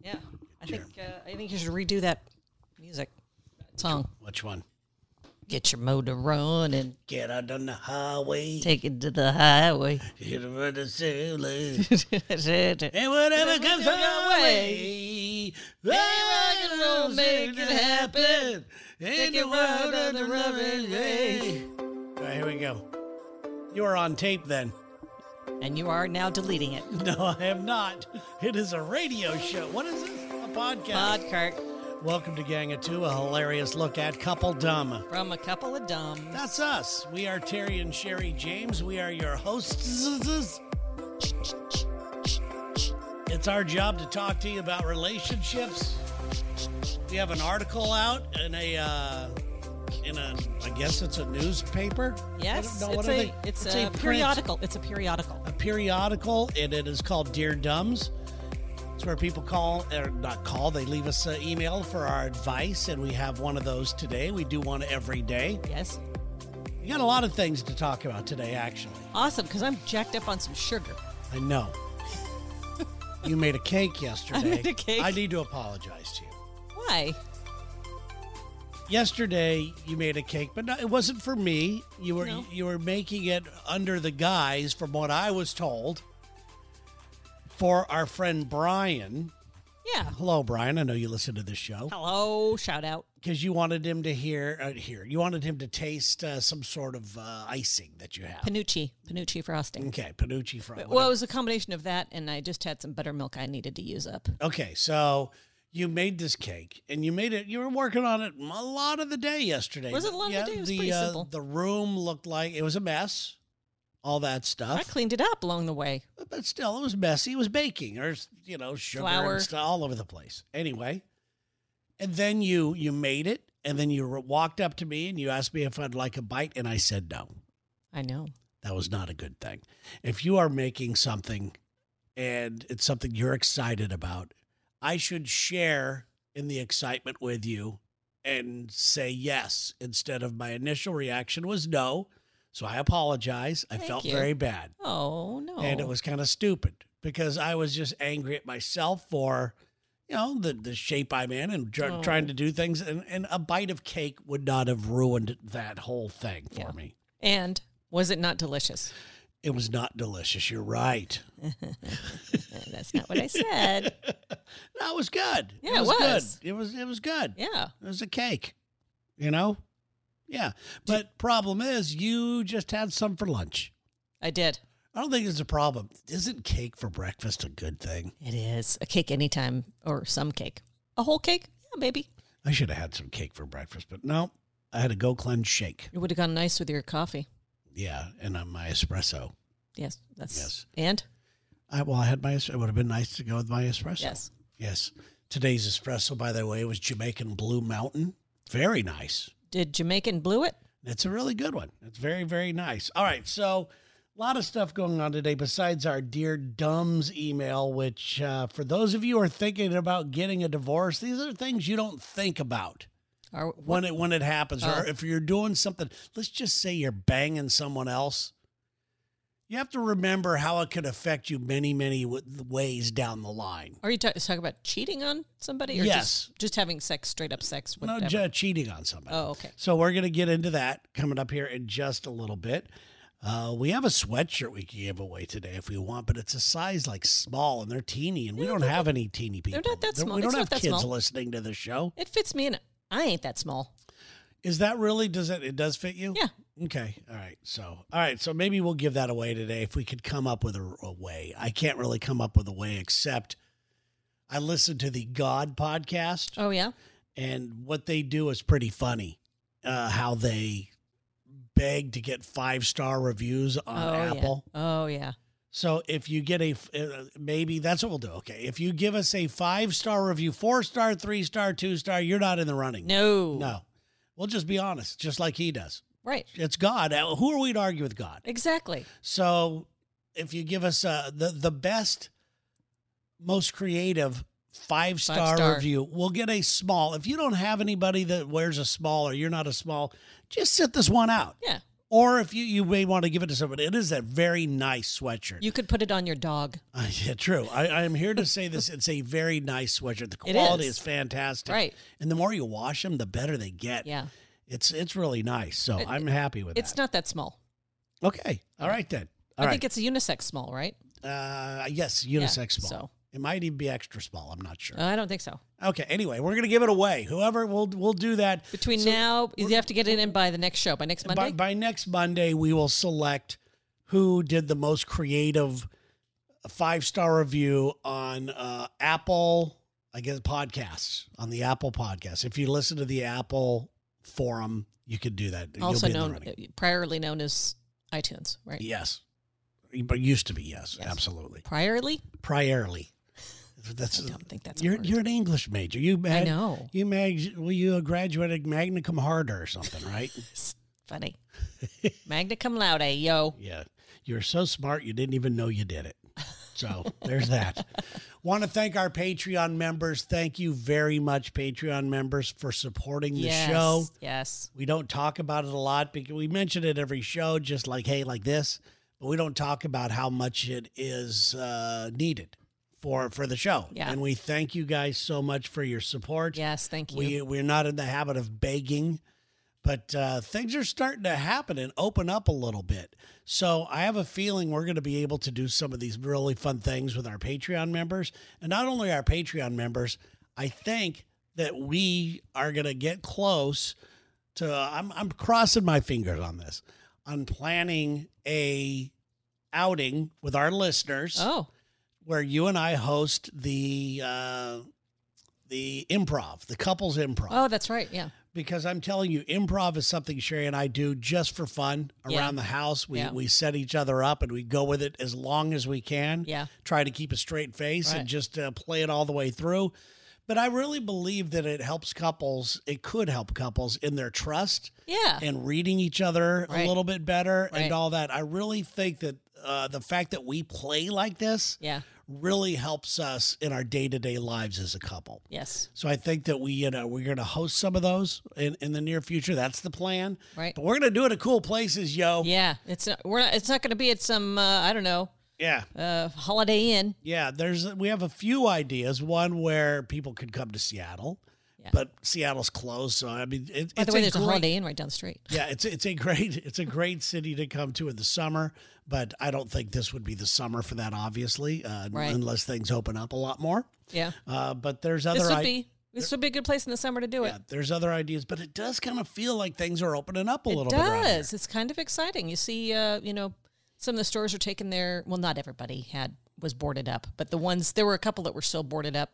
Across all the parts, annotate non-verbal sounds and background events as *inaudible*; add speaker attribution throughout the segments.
Speaker 1: Yeah, I think uh, I think you should redo that music that song.
Speaker 2: Which one?
Speaker 1: Get your motor running,
Speaker 2: Get out on the highway.
Speaker 1: take it to the highway. *laughs*
Speaker 2: Hit a red and *laughs* silly.
Speaker 1: Rock
Speaker 2: And whatever comes
Speaker 1: comes
Speaker 2: our
Speaker 1: our
Speaker 2: way, rock and roll make it happen. In the world of the loving way. All right, here we go. You are on tape then. *laughs*
Speaker 1: and you are now deleting it.
Speaker 2: No, I am not. It is a radio show. What is this? A podcast.
Speaker 1: Podcast
Speaker 2: Welcome to Gang of Two, a hilarious look at couple dumb.
Speaker 1: from a couple of dumbs.
Speaker 2: That's us. We are Terry and Sherry James. We are your hosts. It's our job to talk to you about relationships. We have an article out in a, uh, in a, I guess it's a newspaper.
Speaker 1: Yes,
Speaker 2: I don't know,
Speaker 1: it's
Speaker 2: what are
Speaker 1: a
Speaker 2: they-
Speaker 1: it's,
Speaker 2: a
Speaker 1: a,
Speaker 2: print-
Speaker 1: periodical. It's a periodical.
Speaker 2: a periodical, and it is called Dear Dumbs. It's where people call, or not call, they leave us an email for our advice, and we have one of those today. We do one every day.
Speaker 1: Yes,
Speaker 2: We got a lot of things to talk about today, actually.
Speaker 1: awesome. Because I'm jacked up on some sugar.
Speaker 2: I know. you made
Speaker 1: *laughs*
Speaker 2: a cake yesterday.
Speaker 1: made a cake.
Speaker 2: I need to apologize to you.
Speaker 1: Why?
Speaker 2: Yesterday, you made a cake, but no, it wasn't for me. You were
Speaker 1: No.
Speaker 2: you were making it under the guise, from what I was told, for our friend Brian.
Speaker 1: Yeah.
Speaker 2: Hello, Brian. I know you listen to this show
Speaker 1: Hello. Shout out.
Speaker 2: because you wanted him to hear uh, here. You wanted him to taste uh, some sort of uh, icing that you have.
Speaker 1: Panucci. Panucci frosting.
Speaker 2: Okay, panucci frog.
Speaker 1: Well, it was a combination of that, and I just had some buttermilk I needed to use up.
Speaker 2: Okay, so you made this cake and you made it. You were working on it a lot of the day yesterday.
Speaker 1: Was it a lot of the day? It was
Speaker 2: the,
Speaker 1: pretty
Speaker 2: uh,
Speaker 1: simple.
Speaker 2: the room looked like it was a mess. All that
Speaker 1: I
Speaker 2: stuff,
Speaker 1: cleaned it up along the way.
Speaker 2: but still, it was messy. It was baking, or you know, sugar
Speaker 1: Flour.
Speaker 2: and stuff all over the place. Anyway, and then you you made it, and then you re- walked up to me and you asked me if I'd like a bite, and I said no.
Speaker 1: I know.
Speaker 2: That was not a good thing. If you are making something and it's something you're excited about, I should share in the excitement with you and say yes instead of my initial reaction was no. So I apologize. I
Speaker 1: Thank
Speaker 2: felt
Speaker 1: you.
Speaker 2: very bad.
Speaker 1: Oh no.
Speaker 2: And it was kind of stupid because I was just angry at myself for, you know, the, the shape I'm in and tr-
Speaker 1: Oh.
Speaker 2: trying to do things. And, and a bite of cake would not have ruined that whole thing for
Speaker 1: Yeah.
Speaker 2: me.
Speaker 1: And was it not delicious?
Speaker 2: It was not delicious. You're right.
Speaker 1: Uh, That's not
Speaker 2: *laughs*
Speaker 1: what I said.
Speaker 2: No, it was good.
Speaker 1: Yeah, it was.
Speaker 2: good. It was it was good.
Speaker 1: yeah.
Speaker 2: It was a cake. You know? Yeah. But problem is you just had some for lunch.
Speaker 1: I did.
Speaker 2: I don't think it's a problem. Isn't cake for breakfast a good thing?
Speaker 1: It is a cake anytime or some cake. A whole cake? Yeah, maybe.
Speaker 2: I should have had some cake for breakfast, but no. I had a go cleanse shake.
Speaker 1: It would have gone nice with your coffee.
Speaker 2: Yeah, and on my espresso.
Speaker 1: Yes. That's
Speaker 2: Yes.
Speaker 1: And
Speaker 2: I well, I had my es- it would have been nice to go with my espresso.
Speaker 1: yes.
Speaker 2: Yes. Today's espresso, by the way, was Jamaican Blue Mountain. Very nice.
Speaker 1: Did Jamaican blue it?
Speaker 2: It's a really good one. It's very, very nice. All right. So, a lot of stuff going on today besides our Dear Dumbs email, which uh, for those of you who are thinking about getting a divorce, these are things you don't think about
Speaker 1: Or
Speaker 2: when it when it happens.
Speaker 1: Oh.
Speaker 2: Or if you're doing something, let's just say you're banging someone else. You have to remember how it could affect you many, many w- ways down the line.
Speaker 1: are you ta- talking about cheating on somebody? Or
Speaker 2: Yes.
Speaker 1: Just, just having sex, straight up sex. Whatever.
Speaker 2: No, ju- cheating on somebody.
Speaker 1: Oh, okay.
Speaker 2: So we're going to get into that coming up here in just a little bit. Uh, we have a sweatshirt we can give away today if we want, but it's a size like small and they're teeny, and we don't have any teeny people.
Speaker 1: they're not that
Speaker 2: There-
Speaker 1: small.
Speaker 2: We don't
Speaker 1: It's not
Speaker 2: have
Speaker 1: that
Speaker 2: kids
Speaker 1: small.
Speaker 2: listening to the show.
Speaker 1: It fits me in. I ain't that small.
Speaker 2: Is that really does it? It does fit you.
Speaker 1: Yeah.
Speaker 2: Okay. All right. So all right. So maybe we'll give that away today if we could come up with a, a way. I can't really come up with a way except I listened to the God podcast.
Speaker 1: Oh yeah.
Speaker 2: and what they do is pretty funny. Uh, how they beg to get five star reviews on
Speaker 1: oh,
Speaker 2: Apple.
Speaker 1: Yeah. Oh yeah.
Speaker 2: So if you get a f- uh, maybe that's what we'll do. Okay, if you give us a five star review, four star, three star, two star, you're not in the running.
Speaker 1: No.
Speaker 2: no, we'll just be honest, just like he does.
Speaker 1: Right.
Speaker 2: It's God. Uh, Who are we to argue with God?
Speaker 1: Exactly.
Speaker 2: So if you give us uh, the the best, most creative five star
Speaker 1: Five-star.
Speaker 2: review, we'll get a small. If you don't have anybody that wears a small or you're not a small, just sit this one out.
Speaker 1: Yeah.
Speaker 2: Or if you, you may want to give it to somebody, it is a very nice sweatshirt.
Speaker 1: You could put it on your dog.
Speaker 2: *laughs* Uh, yeah, true. I, I am here to say this. It's a very nice sweatshirt. The
Speaker 1: *laughs* It
Speaker 2: quality
Speaker 1: is.
Speaker 2: is. fantastic.
Speaker 1: Right.
Speaker 2: And the more you wash them, the better they get.
Speaker 1: Yeah.
Speaker 2: It's it's really nice. So I'm happy with
Speaker 1: It's
Speaker 2: that.
Speaker 1: not that small.
Speaker 2: okay. All right then. All
Speaker 1: I
Speaker 2: right.
Speaker 1: think it's a unisex small, right?
Speaker 2: uh, yes,
Speaker 1: Yeah,
Speaker 2: unisex small.
Speaker 1: so.
Speaker 2: It might even be extra small. I'm not sure.
Speaker 1: Uh, I don't think so.
Speaker 2: okay. Anyway, we're gonna give it away. Whoever will we'll do that
Speaker 1: Between
Speaker 2: So
Speaker 1: now, you have to get it in by the next show, by next Monday.
Speaker 2: by, by next Monday. We will select who did the most creative five star review on uh, Apple. I guess podcasts on the Apple podcast. If you listen to the Apple forum, you could do that. You'll
Speaker 1: also
Speaker 2: be in the
Speaker 1: known, uh,
Speaker 2: running.
Speaker 1: priorly known as iTunes, right?
Speaker 2: yes, but used to be yes,
Speaker 1: Yes.
Speaker 2: absolutely.
Speaker 1: Priorly?
Speaker 2: priorly. That's
Speaker 1: I don't think that's a
Speaker 2: you're
Speaker 1: word.
Speaker 2: you're an English major. You
Speaker 1: I
Speaker 2: mag,
Speaker 1: know.
Speaker 2: you mag well you graduated magna cum laude or something, right? *laughs*
Speaker 1: Funny. Magna cum laude, yo.
Speaker 2: yeah. You're so smart you didn't even know you did it. So there's that. *laughs* Want to thank our Patreon members. Thank you very much, Patreon members, for supporting the
Speaker 1: yes.
Speaker 2: show.
Speaker 1: Yes.
Speaker 2: We don't talk about it a lot because we mention it every show, just like, hey, like this, but we don't talk about how much it is uh, needed for for the show.
Speaker 1: Yeah.
Speaker 2: And we thank you guys so much for your support.
Speaker 1: Yes. Thank you.
Speaker 2: We we're not in the habit of begging, but uh, things are starting to happen and open up a little bit. So I have a feeling we're going to be able to do some of these really fun things with our Patreon members, and not only our Patreon members. I think that we are going to get close to. I'm I'm crossing my fingers on this. On planning a outing with our listeners
Speaker 1: oh,
Speaker 2: where you and I host the uh, the improv, the couples improv.
Speaker 1: oh, that's right. Yeah.
Speaker 2: Because I'm telling you, improv is something Sherry and I do just for fun around
Speaker 1: Yeah.
Speaker 2: the house. We
Speaker 1: Yeah.
Speaker 2: we set each other up and we go with it as long as we can.
Speaker 1: Yeah.
Speaker 2: Try to keep a straight face
Speaker 1: Right.
Speaker 2: and just uh, play it all the way through. But I really believe that it helps couples. It could help couples in their trust
Speaker 1: Yeah.
Speaker 2: and reading each other
Speaker 1: Uh. Right.
Speaker 2: a little bit better
Speaker 1: Right.
Speaker 2: and all that. I really think that uh, the fact that we play like this
Speaker 1: yeah.
Speaker 2: really helps us in our day to day lives as a couple.
Speaker 1: Yes.
Speaker 2: So I think that we, you know, we're going to host some of those in, in the near future. That's the plan.
Speaker 1: Right.
Speaker 2: But we're going to do it at cool places, yo. Yeah.
Speaker 1: Yeah. It's not, we're not, it's not going to be at some, uh, I don't know,
Speaker 2: yeah.
Speaker 1: uh, Holiday Inn.
Speaker 2: There's, we have a few ideas. One where people could come to Seattle,
Speaker 1: Yeah.
Speaker 2: but Seattle's closed. So, I mean, it,
Speaker 1: By
Speaker 2: it's
Speaker 1: the way,
Speaker 2: a
Speaker 1: there's a
Speaker 2: great-
Speaker 1: Holiday Inn right down the street.
Speaker 2: Yeah, it's it's a great it's a great city to come to in the summer, but I don't think this would be the summer for that, obviously, uh,
Speaker 1: Right.
Speaker 2: unless things open up a lot more.
Speaker 1: Yeah.
Speaker 2: Uh, but there's other
Speaker 1: This would
Speaker 2: i-
Speaker 1: be this would be a good place in the summer to do it.
Speaker 2: Yeah, there's other ideas, but it does kind of feel like things are opening up a
Speaker 1: it
Speaker 2: little bit. around here.
Speaker 1: does. It's kind of exciting. You see, uh, you know, some of the stores are taking their well, not everybody had was boarded up, but the ones there were a couple that were still boarded up.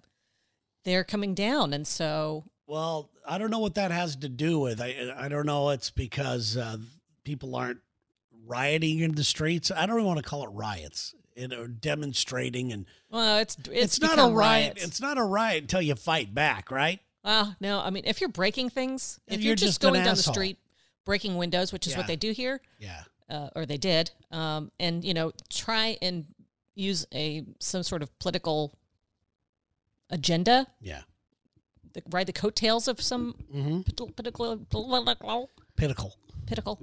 Speaker 1: They're coming down, and so
Speaker 2: Well, I don't know what that has to do with. I I don't know. It's because uh, people aren't rioting in the streets. I don't even want to call it riots. It or demonstrating and
Speaker 1: well, it's it's,
Speaker 2: it's, not a
Speaker 1: become
Speaker 2: riot.
Speaker 1: riots.
Speaker 2: It's not a riot until you fight back, right?
Speaker 1: well, no, I mean, if you're breaking things, if
Speaker 2: If
Speaker 1: you're,
Speaker 2: you're
Speaker 1: just,
Speaker 2: just an
Speaker 1: going down the
Speaker 2: asshole.
Speaker 1: street breaking windows, which is
Speaker 2: Yeah.
Speaker 1: what they do here,
Speaker 2: Yeah.
Speaker 1: uh, or they did, um, and you know, try and use a some sort of political agenda
Speaker 2: Yeah.
Speaker 1: the, ride the coattails of some
Speaker 2: Mm-hmm.
Speaker 1: pitil- political political
Speaker 2: Pinnacle.
Speaker 1: pitical.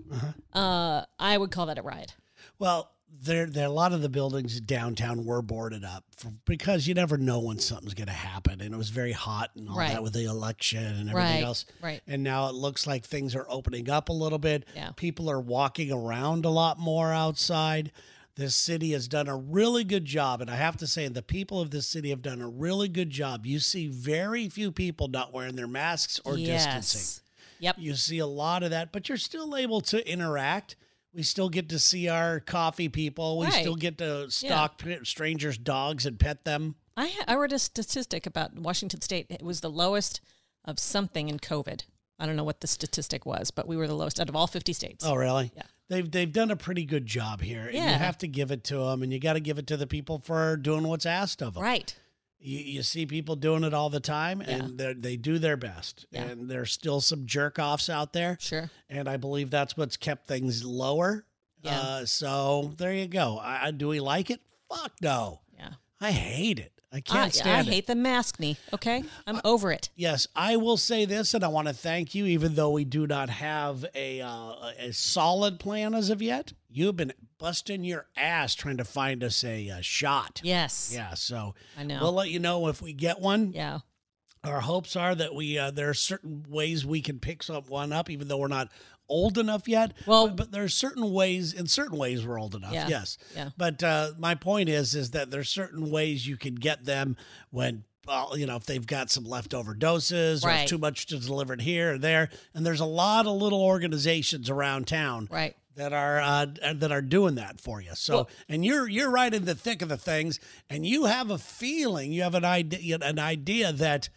Speaker 1: Uh, I would call that a riot.
Speaker 2: Well, there, there a lot of the buildings downtown were boarded up for, because you never know when something's going to happen, and it was very hot and all
Speaker 1: Right.
Speaker 2: that with the election and everything
Speaker 1: Right,
Speaker 2: else.
Speaker 1: right.
Speaker 2: And now it looks like things are opening up a little bit.
Speaker 1: Yeah.
Speaker 2: People are walking around a lot more outside. This city has done a really good job, and I have to say, the people of this city have done a really good job. You see very few people not wearing their masks or distancing
Speaker 1: Yep.
Speaker 2: you see a lot of that, but you're still able to interact. We still get to see our coffee people. We
Speaker 1: Right.
Speaker 2: still get to stalk p strangers' dogs and pet them.
Speaker 1: I ha- I read a statistic about Washington State. It was the lowest of something in COVID. I don't know what the statistic was, but we were the lowest out of all 50 states.
Speaker 2: Oh, really?
Speaker 1: Yeah.
Speaker 2: They've they've done a pretty good job here, and you
Speaker 1: Yeah.
Speaker 2: have to give it to them, and you got to give it to the people for doing what's asked of them.
Speaker 1: Right.
Speaker 2: You, you see people doing it all the time,
Speaker 1: Yeah.
Speaker 2: and they they do their best,
Speaker 1: Yeah.
Speaker 2: and there's still some jerk offs out there.
Speaker 1: Sure.
Speaker 2: and I believe that's what's kept things lower.
Speaker 1: Yeah.
Speaker 2: Uh, so there you go. I, I- do we like it? Fuck no.
Speaker 1: Yeah.
Speaker 2: I hate it. I can't
Speaker 1: I, I
Speaker 2: stand it.
Speaker 1: hate the mask knee. Okay, I'm over it.
Speaker 2: Yes, I will say this, and I want to thank you, even though we do not have a uh, a solid plan as of yet. You've been busting your ass trying to find us a, uh shot.
Speaker 1: Yes,
Speaker 2: Yeah, so
Speaker 1: I know.
Speaker 2: we'll let you know if we get one.
Speaker 1: yeah,
Speaker 2: Our hopes are that we uh, there are certain ways we can pick some one up, even though we're not old enough yet.
Speaker 1: Well-
Speaker 2: but, but there are certain ways. In certain ways, we're old enough.
Speaker 1: Yeah,
Speaker 2: Yes.
Speaker 1: yeah.
Speaker 2: But uh, my point is, is that there's certain ways you can get them when. Well, you know, if they've got some leftover doses or
Speaker 1: Right.
Speaker 2: if too much to deliver it here or there, and there's a lot of little organizations around town
Speaker 1: right.
Speaker 2: that are uh, that are doing that for you. So,
Speaker 1: Well-
Speaker 2: and you're you're right in the thick of the things, and you have a feeling, you have an idea, an idea that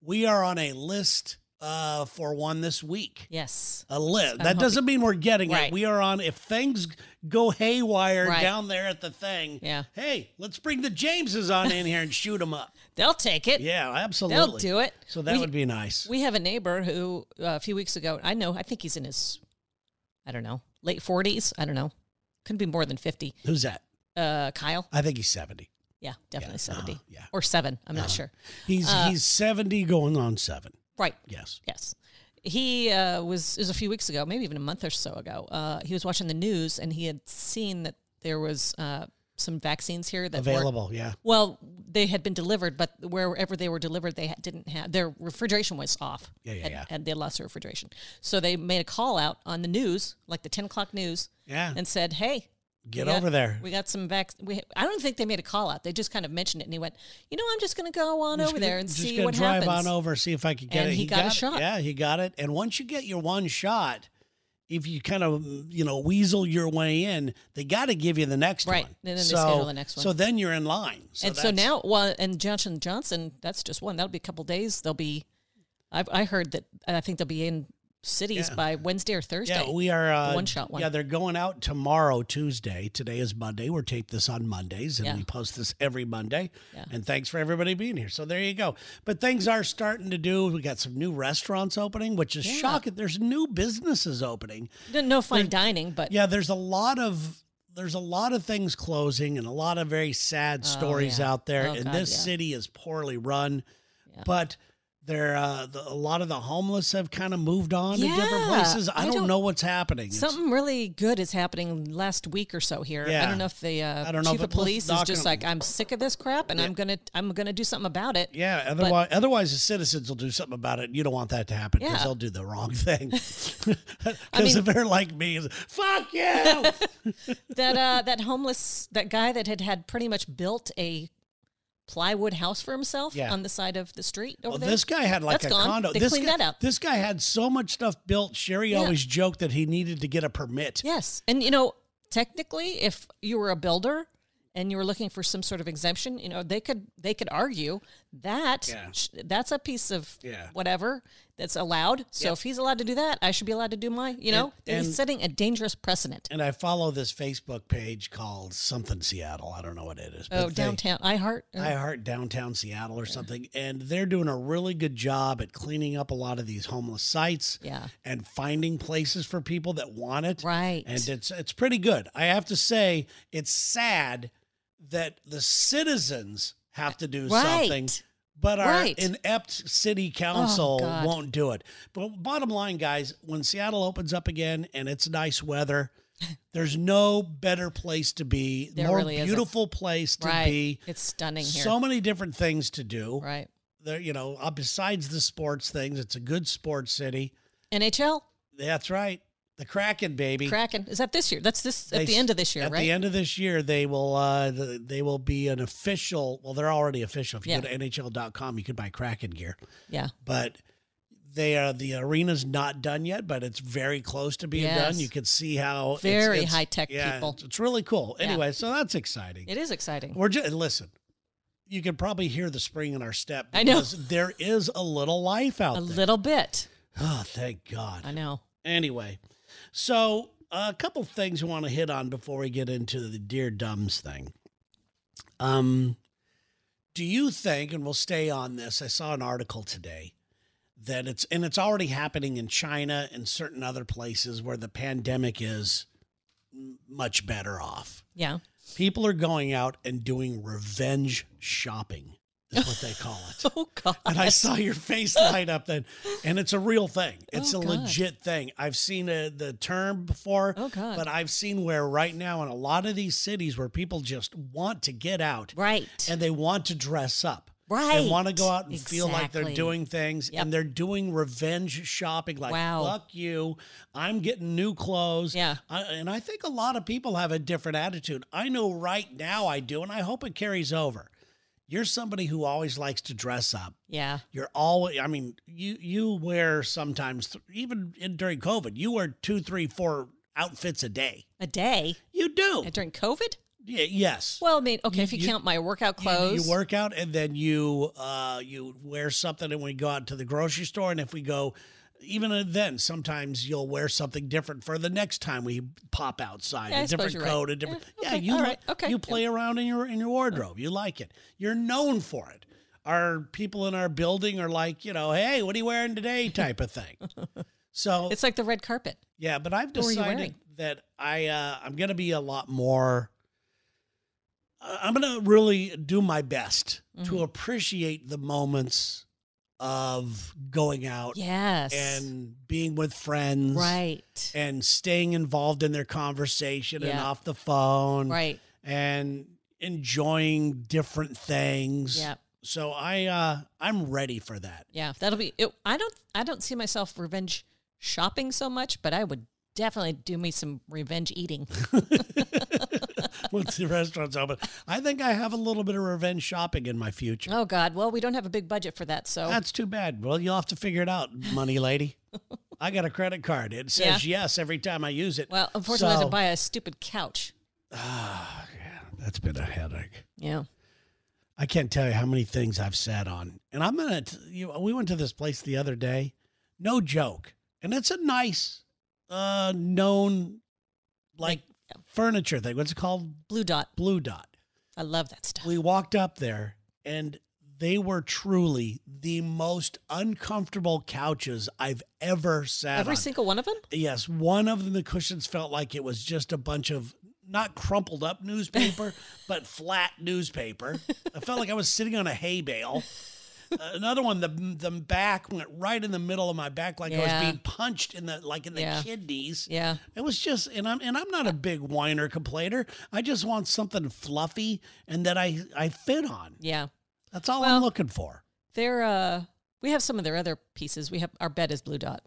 Speaker 2: we are on a list uh, for one this week.
Speaker 1: Yes,
Speaker 2: A list. That doesn't mean we're getting it.
Speaker 1: Right.
Speaker 2: We are on. If things go haywire
Speaker 1: Right.
Speaker 2: down there at the thing,
Speaker 1: Yeah.
Speaker 2: Hey, let's bring the Jameses on in here and shoot
Speaker 1: *laughs*
Speaker 2: them up.
Speaker 1: they'll take it.
Speaker 2: Yeah, absolutely.
Speaker 1: they'll do it.
Speaker 2: So that
Speaker 1: We-
Speaker 2: would be nice.
Speaker 1: We have a neighbor who uh, a few weeks ago, I know, I think he's in his, I don't know, late 40s. I don't know. Couldn't be more than 50.
Speaker 2: Who's that?
Speaker 1: Uh, Kyle.
Speaker 2: I think he's seventy.
Speaker 1: Yeah, definitely 70.
Speaker 2: yeah.
Speaker 1: Or seven. I'm not sure.
Speaker 2: He's
Speaker 1: Uh,
Speaker 2: he's seventy, going on seven.
Speaker 1: Right.
Speaker 2: Yes.
Speaker 1: Yes. He uh, was, it was a few weeks ago, maybe even a month or so ago. Uh, he was watching the news and he had seen that there was uh, some vaccines here that were
Speaker 2: Available. Yeah.
Speaker 1: Well, they had been delivered, but wherever they were delivered, they ha- didn't have their refrigeration was off.
Speaker 2: Yeah, yeah,
Speaker 1: had,
Speaker 2: yeah.
Speaker 1: had- they lost their refrigeration, so they made a call out on the news, like the ten o'clock news,
Speaker 2: Yeah.
Speaker 1: and said, "Hey,
Speaker 2: Get
Speaker 1: we got-
Speaker 2: over there.
Speaker 1: We got some vac. We, I don't think they made a call out. They just kind of mentioned it, and he went, "You know, I'm just going to go on
Speaker 2: Just
Speaker 1: over
Speaker 2: gonna-
Speaker 1: there and
Speaker 2: just
Speaker 1: see
Speaker 2: gonna
Speaker 1: what
Speaker 2: drive
Speaker 1: happens."
Speaker 2: on over, see if I could get
Speaker 1: And
Speaker 2: it.
Speaker 1: he got a
Speaker 2: it.
Speaker 1: shot.
Speaker 2: Yeah, he got it. And once you get your one shot, if you kind of you know weasel your way in, they got to give you the next
Speaker 1: Right.
Speaker 2: one.
Speaker 1: And then they
Speaker 2: so,
Speaker 1: schedule the next one.
Speaker 2: So then you're in line. So
Speaker 1: and so
Speaker 2: that's-
Speaker 1: now, well, and Johnson Johnson, that's just one. That'll be a couple days. They'll be. I've, I heard that. I think they'll be in cities
Speaker 2: Yeah.
Speaker 1: by Wednesday or Thursday.
Speaker 2: Yeah, we are uh,
Speaker 1: one-shot one.
Speaker 2: Yeah, they're going out tomorrow, Tuesday. Today is Monday. We're taped this on Mondays, and
Speaker 1: Yeah.
Speaker 2: we post this every Monday.
Speaker 1: Yeah.
Speaker 2: And thanks for everybody being here. So there you go. But things are starting to do. We got some new restaurants opening, which is shocking. There's new businesses opening.
Speaker 1: No- no fine dining, but
Speaker 2: Yeah, there's a lot of there's a lot of things closing and a lot of very sad stories
Speaker 1: yeah.
Speaker 2: out there.
Speaker 1: Oh,
Speaker 2: and
Speaker 1: God,
Speaker 2: this
Speaker 1: yeah.
Speaker 2: city is poorly run,
Speaker 1: Yeah.
Speaker 2: but there uh, the, a lot of the homeless have kind of moved on to different
Speaker 1: Yeah,
Speaker 2: places. I,
Speaker 1: I
Speaker 2: don't,
Speaker 1: don't-
Speaker 2: know what's happening. It's-
Speaker 1: Something really good is happening last week or so here.
Speaker 2: Yeah.
Speaker 1: I don't know if the uh,
Speaker 2: I don't know
Speaker 1: chief
Speaker 2: if
Speaker 1: of
Speaker 2: it was
Speaker 1: police is
Speaker 2: knocking
Speaker 1: just
Speaker 2: on-
Speaker 1: like I'm sick of this crap and I'm gonna I'm gonna do something about it.
Speaker 2: yeah, otherwise, otherwise the citizens will do something about it. You don't want that to happen because
Speaker 1: Yeah.
Speaker 2: they'll do the wrong
Speaker 1: *laughs*
Speaker 2: *laughs* thing. Because
Speaker 1: mean-
Speaker 2: if they're like me, it's, fuck you.
Speaker 1: *laughs* That uh, that homeless that guy that had had pretty much built a plywood house for himself
Speaker 2: Yeah.
Speaker 1: on the side of the street over
Speaker 2: Well,
Speaker 1: there.
Speaker 2: this guy had like
Speaker 1: That's
Speaker 2: a
Speaker 1: gone.
Speaker 2: condo.
Speaker 1: They
Speaker 2: this
Speaker 1: cleaned
Speaker 2: guy,
Speaker 1: that up.
Speaker 2: This guy had so much stuff built. Sherry
Speaker 1: Yeah.
Speaker 2: always joked that he needed to get a permit.
Speaker 1: yes, and you know technically, if you were a builder and you were looking for some sort of exemption, you know they could they could argue that
Speaker 2: Yeah.
Speaker 1: sh- that's a piece of
Speaker 2: Yeah.
Speaker 1: whatever that's allowed. So if he's allowed to do that, I should be allowed to do my. You know,
Speaker 2: And- and-
Speaker 1: he's setting a dangerous precedent.
Speaker 2: And I follow this Facebook page called something Seattle. I don't know what it is.
Speaker 1: Oh,
Speaker 2: but they-
Speaker 1: downtown iHeart. Uh,
Speaker 2: I Heart Downtown Seattle or something. And they're doing a really good job at cleaning up a lot of these homeless sites
Speaker 1: Yeah.
Speaker 2: and finding places for people that want it.
Speaker 1: Right.
Speaker 2: And it's it's pretty good. I have to say, it's sad that the citizens have to do something.
Speaker 1: Right.
Speaker 2: But our
Speaker 1: Right. Oh,
Speaker 2: inept city council
Speaker 1: God.
Speaker 2: won't do it. But bottom line, guys, when Seattle opens up again and it's
Speaker 1: *laughs*
Speaker 2: nice weather, there's no better place to be,
Speaker 1: There
Speaker 2: more
Speaker 1: really isn't.
Speaker 2: beautiful place to
Speaker 1: right.
Speaker 2: be
Speaker 1: It's stunning here.
Speaker 2: so many different things to do.
Speaker 1: right.
Speaker 2: There, you know, uh, besides the sports things, it's a good sports city.
Speaker 1: NHL
Speaker 2: That's right, the Kraken, baby.
Speaker 1: Kraken is that this year? That's this at
Speaker 2: They
Speaker 1: the
Speaker 2: s-
Speaker 1: end of this year,
Speaker 2: At
Speaker 1: right?
Speaker 2: the end of this year, they will uh, th- they will be an official. Well, they're already official. If you
Speaker 1: Yeah.
Speaker 2: go to NHL.com, you can buy Kraken gear.
Speaker 1: yeah.
Speaker 2: But they are the arena's not done yet, but it's very close to being
Speaker 1: Yes.
Speaker 2: done. You can see how it's-
Speaker 1: Very
Speaker 2: it's-
Speaker 1: high-tech
Speaker 2: yeah,
Speaker 1: people.
Speaker 2: It's, it's really cool.
Speaker 1: Yeah.
Speaker 2: Anyway, so that's exciting.
Speaker 1: It is exciting.
Speaker 2: We're just listen. You can probably hear the spring in our step.
Speaker 1: I know.
Speaker 2: because There is a little life out
Speaker 1: A
Speaker 2: there.
Speaker 1: little bit.
Speaker 2: oh, thank
Speaker 1: I
Speaker 2: God.
Speaker 1: know.
Speaker 2: Anyway, so a couple things we want to hit on before we get into the dear dumbs thing. Um, do you think, and we'll stay on this? I saw an article today that it's and it's already happening in China and certain other places where the pandemic is m- much better off
Speaker 1: Yeah. *laughs*
Speaker 2: People are going out and doing revenge shopping, is what they call it.
Speaker 1: *laughs* Oh God!
Speaker 2: And I saw your face light up then. And it's a real thing. It's
Speaker 1: Oh,
Speaker 2: a
Speaker 1: God.
Speaker 2: legit thing. I've seen uh the term before,
Speaker 1: Oh God!
Speaker 2: but I've seen where right now in a lot of these cities where people just want to get out
Speaker 1: right.
Speaker 2: and they want to dress up.
Speaker 1: right.
Speaker 2: They want to go out and feel like they're
Speaker 1: Exactly.
Speaker 2: doing things
Speaker 1: Yep.
Speaker 2: and they're doing revenge shopping. Like,
Speaker 1: Wow.
Speaker 2: fuck you. I'm getting new clothes.
Speaker 1: Yeah.
Speaker 2: I, and I think a lot of people have a different attitude. I know right now I do, and I hope it carries over. You're somebody who always likes to dress up.
Speaker 1: Yeah.
Speaker 2: You're always, I mean, you you wear sometimes, th- even in, during COVID, you wear two, three, four outfits a day.
Speaker 1: A day
Speaker 2: You do.
Speaker 1: Uh, during COVID.
Speaker 2: Y- yes.
Speaker 1: Well, I mean, okay, if you,
Speaker 2: you-
Speaker 1: count my workout
Speaker 2: You-
Speaker 1: clothes,
Speaker 2: You work out and then you uh, you wear something and we go out to the grocery store and if we go even then sometimes you'll wear something different for the next time we pop outside
Speaker 1: Yeah, I
Speaker 2: a
Speaker 1: suppose
Speaker 2: different
Speaker 1: you're right.
Speaker 2: coat a different
Speaker 1: Yeah,
Speaker 2: yeah,
Speaker 1: okay,
Speaker 2: you
Speaker 1: all
Speaker 2: li-
Speaker 1: right, okay.
Speaker 2: you play around in your in your wardrobe you like it you're known for it our people in our building are like you know hey what are you wearing today type of
Speaker 1: *laughs*
Speaker 2: thing so
Speaker 1: it's like the red carpet.
Speaker 2: yeah, but I've
Speaker 1: What were you
Speaker 2: decided
Speaker 1: wearing?
Speaker 2: that I uh, I'm gonna be a lot more. I- I'm gonna really do my best
Speaker 1: Mm-hmm.
Speaker 2: to appreciate the moments of going out
Speaker 1: Yes.
Speaker 2: and being with friends,
Speaker 1: right.
Speaker 2: And staying involved in their conversation and
Speaker 1: Yeah.
Speaker 2: off the phone,
Speaker 1: right.
Speaker 2: And enjoying different things.
Speaker 1: Yeah.
Speaker 2: So I uh, I'm ready for that. *laughs*
Speaker 1: Yeah. That'll be. It, I don't. I don't see myself revenge shopping so much, but I would definitely do me some revenge
Speaker 2: *laughs*
Speaker 1: eating.
Speaker 2: Once the restaurant's open, I think I have a little bit of revenge shopping in my future.
Speaker 1: oh God. Well, we don't have a big budget for that, so
Speaker 2: That's too bad. Well, you'll have to figure it out,
Speaker 1: *laughs*
Speaker 2: money lady. I got a credit card. It says yes every time I use it.
Speaker 1: well, unfortunately, I had
Speaker 2: So-
Speaker 1: to buy a stupid couch.
Speaker 2: Ah, yeah, that's been a headache.
Speaker 1: Yeah.
Speaker 2: I can't tell you how many things I've sat on. And I'm gonna. T- you, we went to this place the other day. No joke. And it's a nice, uh, known, like furniture thing. What's it called?
Speaker 1: Blue dot.
Speaker 2: Blue Dot.
Speaker 1: I love that stuff.
Speaker 2: We walked up there and they were truly the most uncomfortable couches I've ever sat
Speaker 1: Every
Speaker 2: on.
Speaker 1: single one of them.
Speaker 2: yes, one of them, the cushions felt like it was just a bunch of not crumpled
Speaker 1: *laughs*
Speaker 2: up newspaper, but flat newspaper. I felt like I was sitting on a
Speaker 1: *laughs*
Speaker 2: hay bale. Uh, another one, the the back went right in the middle of my back, like I
Speaker 1: Yeah.
Speaker 2: was being punched in the like in the
Speaker 1: Yeah.
Speaker 2: kidneys.
Speaker 1: Yeah.
Speaker 2: It was just, and I'm and I'm not a big whiner complainer. I just want something fluffy and that I I fit on.
Speaker 1: Yeah.
Speaker 2: That's all
Speaker 1: Well-
Speaker 2: I'm looking for.
Speaker 1: They're uh we have some of their other pieces. We have our bed is blue dot.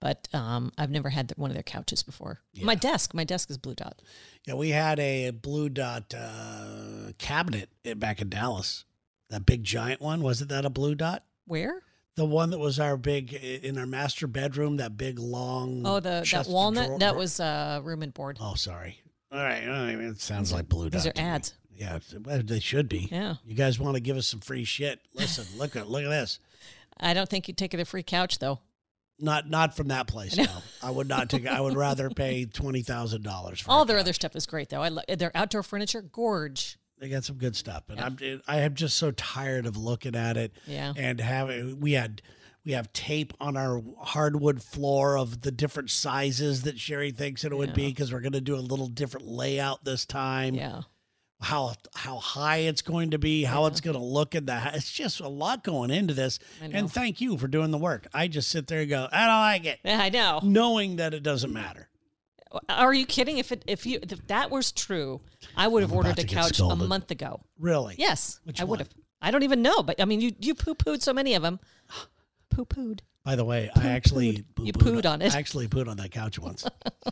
Speaker 1: But um I've never had th- one of their couches before. My desk, my desk is blue dot.
Speaker 2: Yeah, we had a blue dot uh, cabinet i- back in Dallas. That big giant one wasn't that a blue dot?
Speaker 1: Where?
Speaker 2: The one that was our big i- in our master bedroom. That big long.
Speaker 1: Oh, the that
Speaker 2: chest
Speaker 1: walnut
Speaker 2: drawer-
Speaker 1: that was uh room and board.
Speaker 2: Oh, sorry. All right, all right. It sounds like blue dot.
Speaker 1: These are
Speaker 2: to me. *laughs*
Speaker 1: ads.
Speaker 2: Yeah, well, they should be.
Speaker 1: Yeah.
Speaker 2: You guys want to give us some free shit? Listen, look at look at this.
Speaker 1: I don't think you'd take it a free couch though.
Speaker 2: Not not from that place. No, I would not take. I would rather pay twenty thousand dollars for.
Speaker 1: All
Speaker 2: it.
Speaker 1: their other stuff is great though. I love their outdoor furniture, gorge.
Speaker 2: They got some good stuff, but I'm I am just so tired of looking at it
Speaker 1: Yeah.
Speaker 2: and having. We had we have tape on our hardwood floor of the different sizes that Sherry thinks it would be because we're going to do a little different layout this time.
Speaker 1: Yeah.
Speaker 2: How how high it's going to be, how it's going to look in the. ho- It's just a lot going into this.
Speaker 1: I know.
Speaker 2: And thank you for doing the work. I just sit there and go, I don't like it,
Speaker 1: Yeah, I know.
Speaker 2: knowing that it doesn't matter.
Speaker 1: Are you kidding? If it if you if that was true, I would have
Speaker 2: I'm about
Speaker 1: ordered a
Speaker 2: to get
Speaker 1: couch a
Speaker 2: scolded.
Speaker 1: month ago.
Speaker 2: Really.
Speaker 1: Yes,
Speaker 2: Which
Speaker 1: I
Speaker 2: one?
Speaker 1: would have. I don't even know, but I mean, you you poo pooed so many of
Speaker 2: *gasps*
Speaker 1: them. Poo pooed.
Speaker 2: By the way, I actually
Speaker 1: You
Speaker 2: boo-booed
Speaker 1: pooed on it.
Speaker 2: I actually pooed on that couch once. *laughs*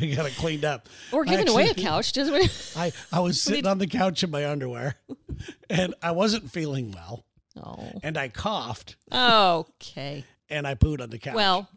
Speaker 2: I got it cleaned up.
Speaker 1: Or
Speaker 2: I
Speaker 1: giving away a
Speaker 2: actually-
Speaker 1: couch. Just
Speaker 2: *laughs*
Speaker 1: we-
Speaker 2: I, I was sitting on the couch in my underwear and I wasn't feeling well.
Speaker 1: oh,
Speaker 2: And I coughed
Speaker 1: okay.
Speaker 2: and I pooed on the couch.
Speaker 1: Well,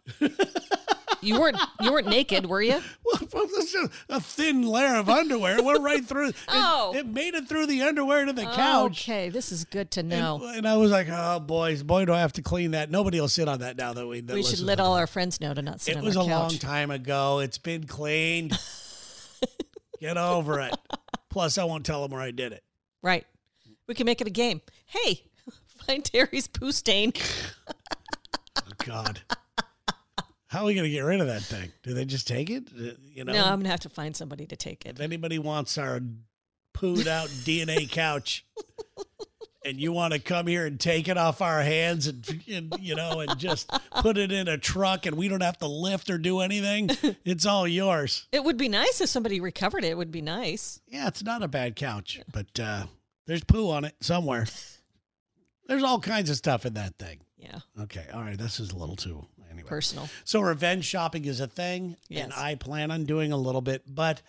Speaker 1: you weren't you weren't naked, were you?
Speaker 2: *laughs* Well, it was just a thin layer of underwear. It went right
Speaker 1: *laughs*
Speaker 2: through. It,
Speaker 1: Oh.
Speaker 2: it made it through the underwear to the couch.
Speaker 1: Okay, this is good to know.
Speaker 2: And I was like, oh, boys, boy, do I have to clean that. Nobody will sit on that now that we that
Speaker 1: We should
Speaker 2: listens
Speaker 1: let
Speaker 2: to
Speaker 1: all our friends know to not sit
Speaker 2: It
Speaker 1: on
Speaker 2: was
Speaker 1: our
Speaker 2: a long
Speaker 1: couch.
Speaker 2: time ago. It's
Speaker 1: *laughs*
Speaker 2: been cleaned. Get over it. Plus, I won't tell them where I did it.
Speaker 1: Right. We can make it a game. Hey, *laughs*
Speaker 2: *laughs*
Speaker 1: find Terry's poo stain.
Speaker 2: Oh, God. How are we going to get rid of that thing? Do they just take it? Uh, You know,
Speaker 1: No, I'm gonna have to find somebody to take it.
Speaker 2: if anybody wants our pooed
Speaker 1: *laughs*
Speaker 2: out DNA couch and you want to come here and take it off our hands and, and, you know, and just put it in a truck and we don't have to lift or
Speaker 1: *laughs*
Speaker 2: do anything, it's all yours.
Speaker 1: It would be nice if somebody recovered it. It would be nice.
Speaker 2: Yeah, it's not a bad couch, but uh, there's poo on it somewhere. There's all kinds of stuff in that thing.
Speaker 1: Yeah,
Speaker 2: Okay. All right. This is a little too. Anyway.
Speaker 1: personal.
Speaker 2: So revenge shopping is a thing,
Speaker 1: Yes.
Speaker 2: and I plan on doing a little bit, but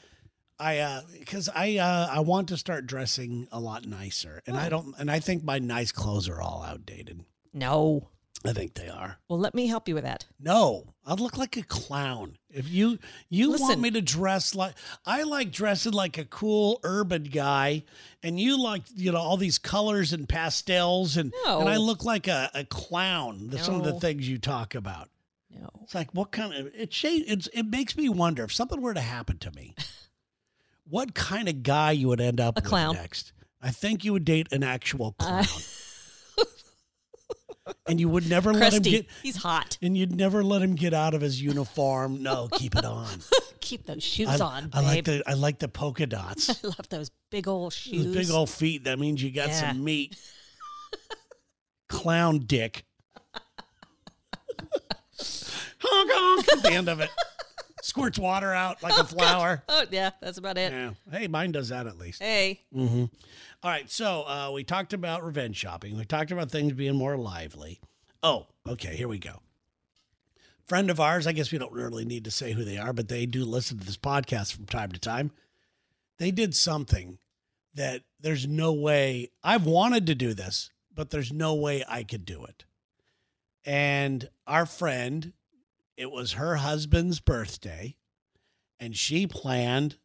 Speaker 2: I because I uh, I want to start dressing a lot nicer, and I
Speaker 1: Oh.
Speaker 2: don't, and I think my nice clothes are all outdated.
Speaker 1: No.
Speaker 2: I think they are.
Speaker 1: Well, let me help you with that.
Speaker 2: No, I look like a clown. If you you want
Speaker 1: Listen.
Speaker 2: me to dress like I like dressing like a cool urban guy, and you like you know all these colors and pastels, and and I
Speaker 1: No. look
Speaker 2: look like a, a clown. That's Some of the
Speaker 1: No.
Speaker 2: things you talk about.
Speaker 1: no.
Speaker 2: It's like what kind of it sha- it's it makes me wonder if something were to happen
Speaker 1: *laughs*
Speaker 2: to me, what kind of guy you would end up
Speaker 1: A
Speaker 2: with
Speaker 1: clown.
Speaker 2: next. I think you would date an actual clown.
Speaker 1: Uh,
Speaker 2: and you would never let him
Speaker 1: Crusty.
Speaker 2: get
Speaker 1: He's hot.
Speaker 2: and you'd never let him get out of his uniform. No, keep
Speaker 1: *laughs*
Speaker 2: it on.
Speaker 1: Keep those
Speaker 2: I,
Speaker 1: shoes on, babe.
Speaker 2: I like the I like the
Speaker 1: *laughs*
Speaker 2: polka dots.
Speaker 1: I love those big old
Speaker 2: Those
Speaker 1: shoes.
Speaker 2: big old feet, that means you got
Speaker 1: Yeah. *laughs*
Speaker 2: some meat. Clown dick. honk honk at the end of it. Squirts water out like a flower.
Speaker 1: Oh yeah, that's about it.
Speaker 2: Yeah. Hey, mine does that at least.
Speaker 1: Hey,
Speaker 2: Mhm. All right. So uh, we talked about revenge shopping. We talked about things being more lively. Oh, okay. Here we go. Friend of ours, I guess we don't really need to say who they are, but they do listen to this podcast from time to time. They did something that there's no way I've wanted to do this, but there's no way I could do it. And our friend, it was her husband's birthday, and she planned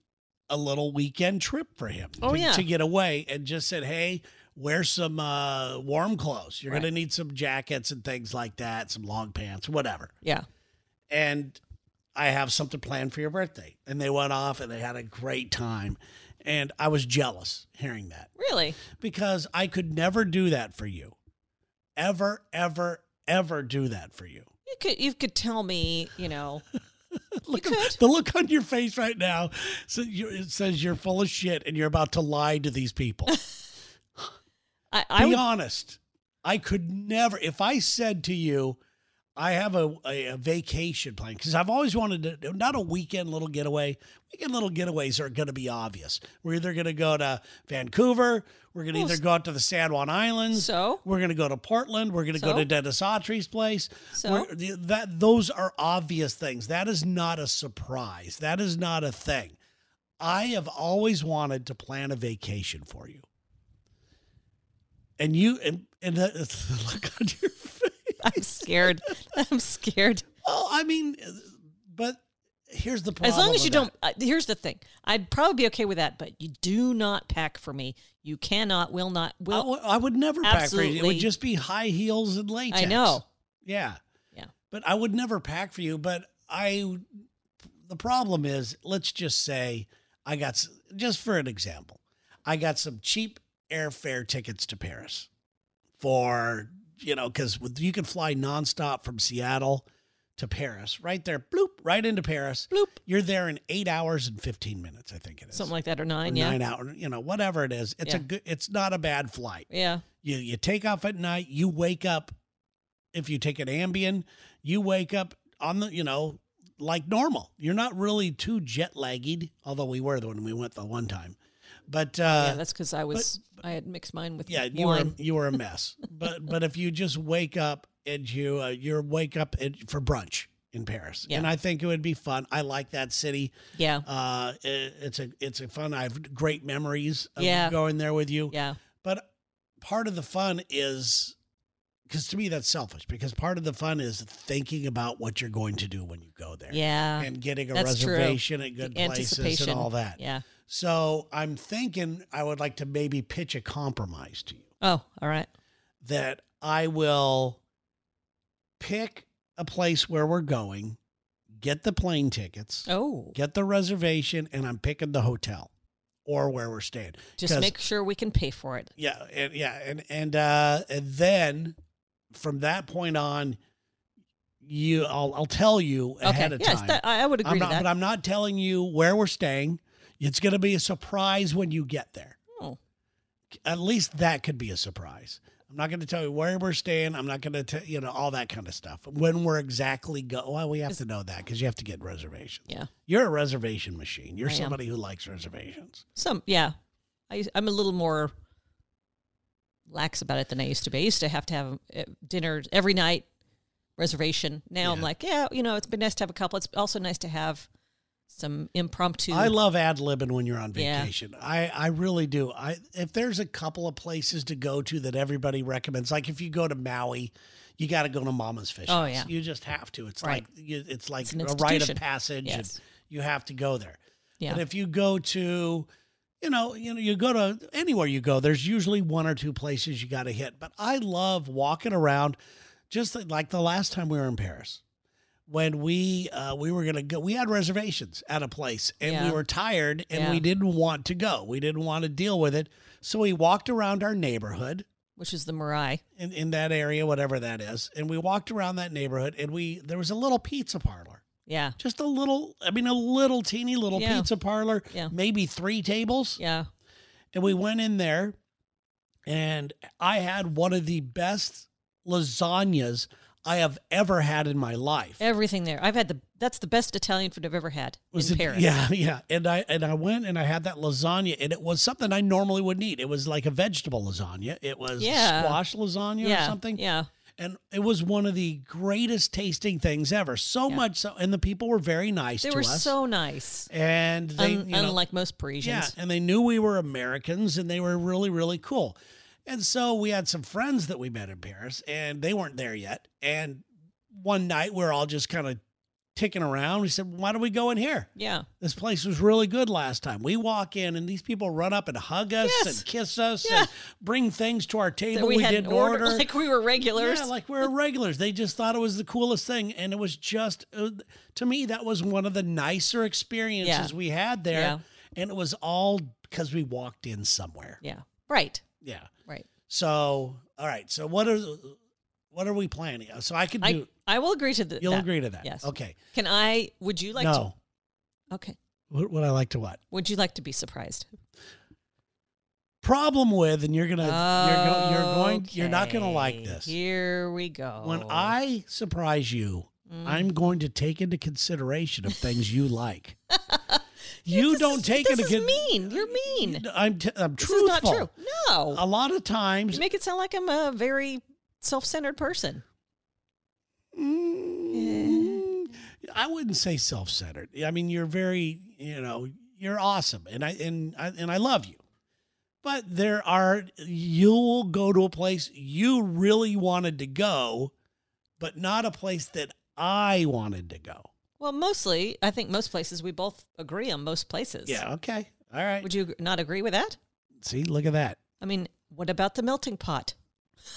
Speaker 2: a little weekend trip for him
Speaker 1: Oh,
Speaker 2: to,
Speaker 1: yeah.
Speaker 2: to get away and just said, Hey, wear some uh, warm clothes. You're going
Speaker 1: Right.
Speaker 2: to need some jackets and things like that, some long pants, whatever
Speaker 1: yeah,
Speaker 2: and I have something planned for your birthday. And they went off and they had a great time. And I was jealous hearing that
Speaker 1: really?
Speaker 2: because I could never do that for you. Ever, ever, ever do that for you.
Speaker 1: You could you could tell me, you know,
Speaker 2: *laughs* Look
Speaker 1: You
Speaker 2: at
Speaker 1: could.
Speaker 2: the look on your face right now. So you, it says you're full of shit and you're about to lie to these people. *laughs*
Speaker 1: I, I
Speaker 2: be
Speaker 1: would,
Speaker 2: honest. I could never. If I said to you, I have a, a, a vacation plan because I've always wanted to do- not a weekend little getaway. Weekend little getaways are going to be obvious. We're either going to go to Vancouver. We're going to
Speaker 1: Well,
Speaker 2: either
Speaker 1: s-
Speaker 2: go out to the San Juan Islands.
Speaker 1: So?
Speaker 2: we're going to go to Portland. We're going to go
Speaker 1: So?
Speaker 2: to Dennis Autry's place.
Speaker 1: So?
Speaker 2: We're- th- that those are obvious things. That is not a surprise. That is not a thing. I have always wanted to plan a vacation for you and you and and the, the *laughs* look on your face.
Speaker 1: I'm
Speaker 2: *laughs*
Speaker 1: scared. I'm scared.
Speaker 2: Oh, I mean, but here's the problem.
Speaker 1: As long as you
Speaker 2: with
Speaker 1: don't. Uh, here's the thing. I'd probably be okay with that, but you do not pack for me. You cannot, will not,
Speaker 2: that. I
Speaker 1: will.
Speaker 2: would- I would never pack for you. It would
Speaker 1: Absolutely.
Speaker 2: just be high heels and latex.
Speaker 1: I know.
Speaker 2: Yeah.
Speaker 1: Yeah.
Speaker 2: But I would never pack for you. But I, the problem is, let's just say I got s- just for an example, I got some cheap airfare tickets to Paris for you know because you can fly nonstop from Seattle to Paris right there, bloop, right into Paris.
Speaker 1: Bloop.
Speaker 2: You're there in eight hours and fifteen minutes. I think it is
Speaker 1: Something like that, or nine.
Speaker 2: Or
Speaker 1: yeah.
Speaker 2: nine hour, you know, whatever it is. It's a
Speaker 1: Yeah.
Speaker 2: good. It's not a bad flight
Speaker 1: Yeah.
Speaker 2: you you take off at night you wake up if you take an ambien you wake up on the you know like normal you're not really too jet lagged although we were the when we went the one time but
Speaker 1: yeah.
Speaker 2: uh
Speaker 1: That's because I was. I had mixed mine with
Speaker 2: yeah, you were
Speaker 1: wine.
Speaker 2: you were a mess
Speaker 1: *laughs*
Speaker 2: but but if you just wake up and you uh, you wake up at, for brunch in paris
Speaker 1: Yeah.
Speaker 2: and i think it would be fun i like that city
Speaker 1: yeah.
Speaker 2: uh it, it's a it's a fun i have great memories of
Speaker 1: Yeah.
Speaker 2: going there with you
Speaker 1: Yeah.
Speaker 2: but part of the fun is because to me that's selfish because part of the fun is thinking about what you're going to do when you go there
Speaker 1: Yeah.
Speaker 2: and getting a
Speaker 1: That's true.
Speaker 2: reservation at good
Speaker 1: The
Speaker 2: places and
Speaker 1: anticipation.
Speaker 2: all that.
Speaker 1: Yeah.
Speaker 2: So I'm thinking I would like to maybe pitch a compromise to you
Speaker 1: Oh, all right.
Speaker 2: that I will pick a place where we're going, get the plane tickets,
Speaker 1: Oh,
Speaker 2: get the reservation, and I'm picking the hotel or where we're staying.
Speaker 1: just
Speaker 2: 'Cause-
Speaker 1: make sure we can pay for it.
Speaker 2: yeah and yeah and and uh and then from that point on you I'll, I'll tell you ahead
Speaker 1: okay.
Speaker 2: of
Speaker 1: Yes,
Speaker 2: time.
Speaker 1: that, I I would agree
Speaker 2: I'm
Speaker 1: to
Speaker 2: not,
Speaker 1: that.
Speaker 2: but I'm not telling you where we're staying. It's going to be a surprise when you get there.
Speaker 1: Oh.
Speaker 2: At least that could be a surprise. I'm not going to tell you where we're staying. I'm not going to tell you know all that kind of stuff. When we're exactly go, well, we have
Speaker 1: Is-
Speaker 2: to know that because you have to get reservations.
Speaker 1: Yeah.
Speaker 2: you're a reservation machine. You're
Speaker 1: I am.
Speaker 2: somebody who likes reservations.
Speaker 1: Some, yeah. I, I'm a little more lax about it than I used to be. I used to have to have uh, dinner every night, reservation. Now I'm
Speaker 2: Yeah.
Speaker 1: like, yeah, you know, it's been nice to have a couple. It's also nice to have some impromptu.
Speaker 2: I love ad libbing when you're on
Speaker 1: Yeah.
Speaker 2: vacation. I, I really do. I if there's a couple of places to go to that everybody recommends, like if you go to Maui, you got to go to Mama's Fish.
Speaker 1: Oh,
Speaker 2: House.
Speaker 1: yeah.
Speaker 2: you just have to. It's
Speaker 1: Right.
Speaker 2: like you, it's like
Speaker 1: It's an
Speaker 2: a rite of
Speaker 1: institution.
Speaker 2: passage.
Speaker 1: Yes.
Speaker 2: And you have to go there.
Speaker 1: Yeah.
Speaker 2: But if you go to, you know, you know, you go to anywhere you go, there's usually one or two places you got to hit. But I love walking around, just like the last time we were in Paris when we uh, we were gonna go we had reservations at a place and we
Speaker 1: Yeah.
Speaker 2: were tired and
Speaker 1: Yeah.
Speaker 2: we didn't want to go we didn't want to deal with it so we walked around our neighborhood
Speaker 1: which is the Marai.
Speaker 2: in, in that area whatever that is and we walked around that neighborhood and we there was a little pizza parlor
Speaker 1: Yeah.
Speaker 2: just a little i mean a little teeny little
Speaker 1: Yeah.
Speaker 2: pizza parlor
Speaker 1: Yeah.
Speaker 2: maybe three tables
Speaker 1: Yeah.
Speaker 2: and we went in there and i had one of the best lasagnas i have ever had in my life
Speaker 1: Everything there. I've had the, that's the best Italian food I've ever had in
Speaker 2: it-
Speaker 1: Paris.
Speaker 2: Yeah, yeah. And I and I went and I had that lasagna, and it was something I normally wouldn't eat. It was like a vegetable lasagna. It was
Speaker 1: Yeah.
Speaker 2: squash lasagna
Speaker 1: Yeah.
Speaker 2: or something.
Speaker 1: Yeah.
Speaker 2: And it was one of the greatest tasting things ever. So
Speaker 1: Yeah.
Speaker 2: much so, and the people were very nice
Speaker 1: They
Speaker 2: to
Speaker 1: were
Speaker 2: us.
Speaker 1: so nice.
Speaker 2: and they,
Speaker 1: Un-
Speaker 2: you know,
Speaker 1: unlike most Parisians.
Speaker 2: yeah, and they knew we were Americans and they were really, really cool. And so we had some friends that we met in Paris and they weren't there yet. And one night we were all just kind of ticking around. We said, why don't we go in here?
Speaker 1: Yeah.
Speaker 2: This place was really good last time. We walk in and these people run up and hug us
Speaker 1: Yes.
Speaker 2: and kiss us
Speaker 1: Yeah.
Speaker 2: and bring things to our table
Speaker 1: That we, had
Speaker 2: didn't
Speaker 1: an order, *laughs* like we were regulars.
Speaker 2: yeah, like we're regulars. They just thought it was the coolest thing, and it was just uh, to me that was one of the nicer experiences we had there,
Speaker 1: Yeah.
Speaker 2: and it was all because we walked in somewhere.
Speaker 1: yeah. Right.
Speaker 2: Yeah.
Speaker 1: Right.
Speaker 2: So, all right. So, what are what are we planning? Uh, So, I could
Speaker 1: I,
Speaker 2: do.
Speaker 1: I will agree to the,
Speaker 2: you'll
Speaker 1: that.
Speaker 2: agree to that.
Speaker 1: yes.
Speaker 2: Okay.
Speaker 1: Can I? Would you like
Speaker 2: no.
Speaker 1: to? Okay.
Speaker 2: What would I like to what?
Speaker 1: Would you like to be surprised?
Speaker 2: Problem with, and you're gonna you're, go, you're going you're not gonna like
Speaker 1: Okay,
Speaker 2: this.
Speaker 1: Here we go.
Speaker 2: When I surprise you,
Speaker 1: Mm.
Speaker 2: I'm going to take into consideration of things you like.
Speaker 1: *laughs*
Speaker 2: you
Speaker 1: This
Speaker 2: don't
Speaker 1: is-
Speaker 2: take
Speaker 1: this
Speaker 2: into
Speaker 1: is
Speaker 2: con-
Speaker 1: mean. You're mean.
Speaker 2: I'm t- I'm
Speaker 1: this
Speaker 2: truthful.
Speaker 1: is not true. No.
Speaker 2: A lot of
Speaker 1: you
Speaker 2: times,
Speaker 1: make it sound like I'm a very self-centered person.
Speaker 2: Mm, I wouldn't say self-centered. I mean, you're very, you know, you're awesome, and I and I, and I love you. But there are you'll go to a place you really wanted to go, but not a place that I wanted to go.
Speaker 1: Well, mostly, I think most places we both agree on most places.
Speaker 2: Yeah. Okay. All right.
Speaker 1: Would you ag- not agree with that?
Speaker 2: See, look at that.
Speaker 1: I mean, what about the melting pot?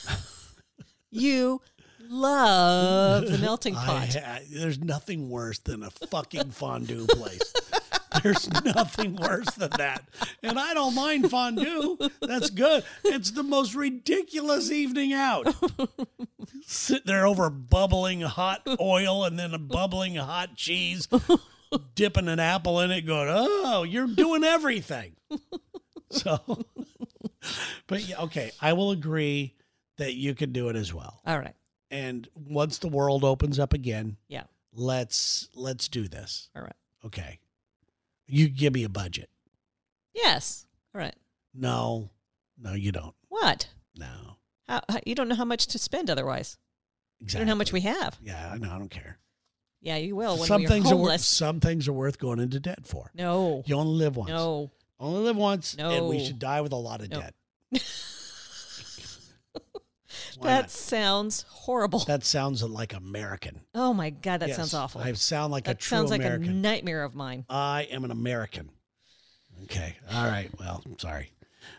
Speaker 1: *laughs* you love the melting
Speaker 2: I
Speaker 1: pot.
Speaker 2: ha- there's nothing worse than a fucking fondue place. *laughs* There's nothing worse than that. And I don't mind fondue. That's good. It's the most ridiculous evening out. Sit there over bubbling hot oil and then a bubbling hot cheese, dipping an apple in it, going, oh, you're doing everything. So, *laughs* but yeah, okay, I will agree that you can do it as well
Speaker 1: All right.
Speaker 2: and once the world opens up again
Speaker 1: Yeah.
Speaker 2: let's let's do this
Speaker 1: All right.
Speaker 2: okay you give me a budget
Speaker 1: Yes. All right.
Speaker 2: no no you don't
Speaker 1: What?
Speaker 2: no
Speaker 1: How, how, you don't know how much to spend otherwise. You
Speaker 2: exactly
Speaker 1: don't know how much we have.
Speaker 2: yeah i know i don't care
Speaker 1: Yeah, you will when
Speaker 2: some
Speaker 1: we're
Speaker 2: things are worth
Speaker 1: homeless.
Speaker 2: some things are worth going into debt for
Speaker 1: no.
Speaker 2: you only live once
Speaker 1: No.
Speaker 2: only live once and we
Speaker 1: No.
Speaker 2: should die with a lot of
Speaker 1: No. *laughs*
Speaker 2: debt Why not?
Speaker 1: That sounds horrible.
Speaker 2: that sounds like american
Speaker 1: oh my god, that
Speaker 2: Yes,
Speaker 1: sounds awful.
Speaker 2: i sound like a
Speaker 1: that
Speaker 2: true
Speaker 1: sounds like
Speaker 2: american
Speaker 1: a nightmare of mine.
Speaker 2: I am an American. Okay. All right. Well, I'm sorry.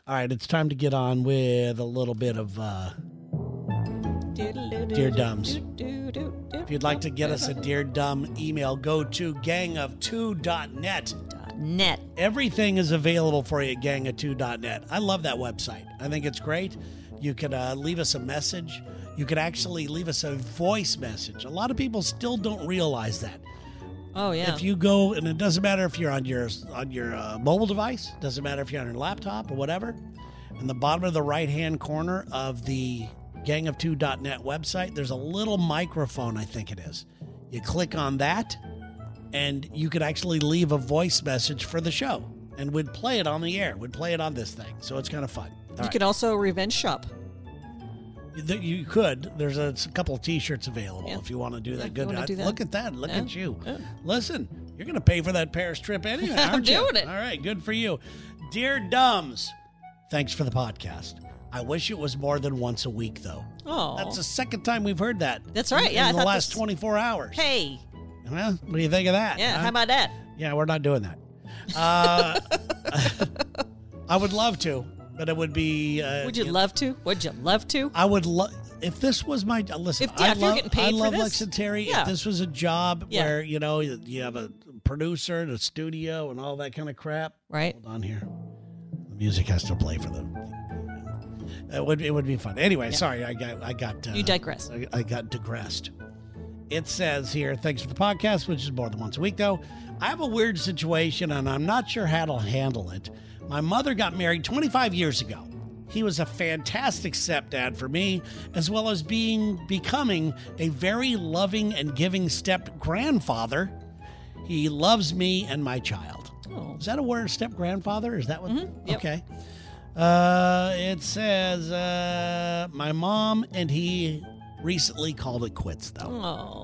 Speaker 2: All right. It's time to get on with a little bit of. Uh, Dear Dums, if
Speaker 1: if
Speaker 2: you'd like to get us a Dear Dumb email, go to gangof2.net.
Speaker 1: net.
Speaker 2: Everything is available for you at gangof2.net. I love that website. I think it's great. You can uh, leave us a message. You can actually leave us a voice message. A lot of people still don't realize that.
Speaker 1: Oh yeah.
Speaker 2: If you go, and it doesn't matter if you're on your on your uh, mobile device, doesn't matter if you're on your laptop or whatever. In the bottom of the right hand corner of the gangof2.net website, there's a little microphone, I think it is. You click on that, and you could actually leave a voice message for the show, and we'd play it on the air. We'd play it on this thing, so it's kind of fun. All
Speaker 1: you
Speaker 2: right.
Speaker 1: could also revenge shop.
Speaker 2: Th- You could. There's a, it's a couple of T-shirts available
Speaker 1: Yeah.
Speaker 2: if you want to do
Speaker 1: Yeah,
Speaker 2: that.
Speaker 1: if
Speaker 2: Good.
Speaker 1: you wanna
Speaker 2: I-
Speaker 1: do that.
Speaker 2: Look at that. Look
Speaker 1: Yeah.
Speaker 2: at you.
Speaker 1: Yeah.
Speaker 2: Listen, you're going to pay for that Paris
Speaker 1: *laughs*
Speaker 2: trip anyway,
Speaker 1: I'm
Speaker 2: aren't you?
Speaker 1: doing it.
Speaker 2: All right. Good for you, dear Dumbs. Thanks for the podcast. I wish it was more than once a week, though.
Speaker 1: Oh.
Speaker 2: That's the second time we've heard that.
Speaker 1: That's right.
Speaker 2: in-
Speaker 1: Yeah, I
Speaker 2: in the
Speaker 1: thought
Speaker 2: last
Speaker 1: this-
Speaker 2: 24 hours.
Speaker 1: hey.
Speaker 2: Huh? what do you think of that?
Speaker 1: Yeah.
Speaker 2: huh?
Speaker 1: How about that?
Speaker 2: Yeah, we're not doing that.
Speaker 1: *laughs*
Speaker 2: Uh, *laughs* I would love to, but it would be. Uh,
Speaker 1: Would you love to? Would you love to?
Speaker 2: I would love if this was my listen.
Speaker 1: If- yeah,
Speaker 2: I
Speaker 1: if you're
Speaker 2: love,
Speaker 1: getting paid
Speaker 2: I
Speaker 1: for
Speaker 2: love
Speaker 1: this,
Speaker 2: Lex and Terry.
Speaker 1: yeah.
Speaker 2: If this was a job
Speaker 1: Yeah.
Speaker 2: where you know you you have a producer and a studio and all that kind of crap.
Speaker 1: Right.
Speaker 2: Hold on here. The music has to play for them. It would it would be fun. Anyway, sorry, I got I got uh,
Speaker 1: You digress.
Speaker 2: I, I got digressed. It says here, thanks for the podcast, which is more than once a week though. I have a weird situation and I'm not sure how to handle it. My mother got married 25 years ago. He was a fantastic stepdad for me, as well as being becoming a very loving and giving step grandfather. He loves me and my child.
Speaker 1: Oh. Mm-hmm.
Speaker 2: Is that a word, step grandfather? Is that what?
Speaker 1: yep.
Speaker 2: Okay. Uh, it says uh, my mom and he recently called it quits, though.
Speaker 1: Oh.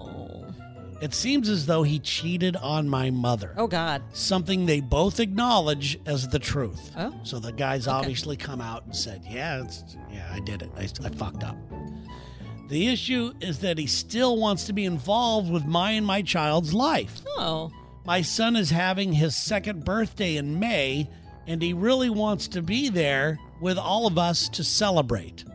Speaker 2: It seems as though he cheated on my mother,
Speaker 1: Oh God.
Speaker 2: something they both acknowledge as the truth.
Speaker 1: Oh.
Speaker 2: So the guy's obviously come out and said, "Yeah, it's, yeah, I did it. I, I fucked up." The issue is that he still wants to be involved with my and my child's life.
Speaker 1: Oh.
Speaker 2: My son is having his second birthday in May, and he really wants to be there with all of us to celebrate.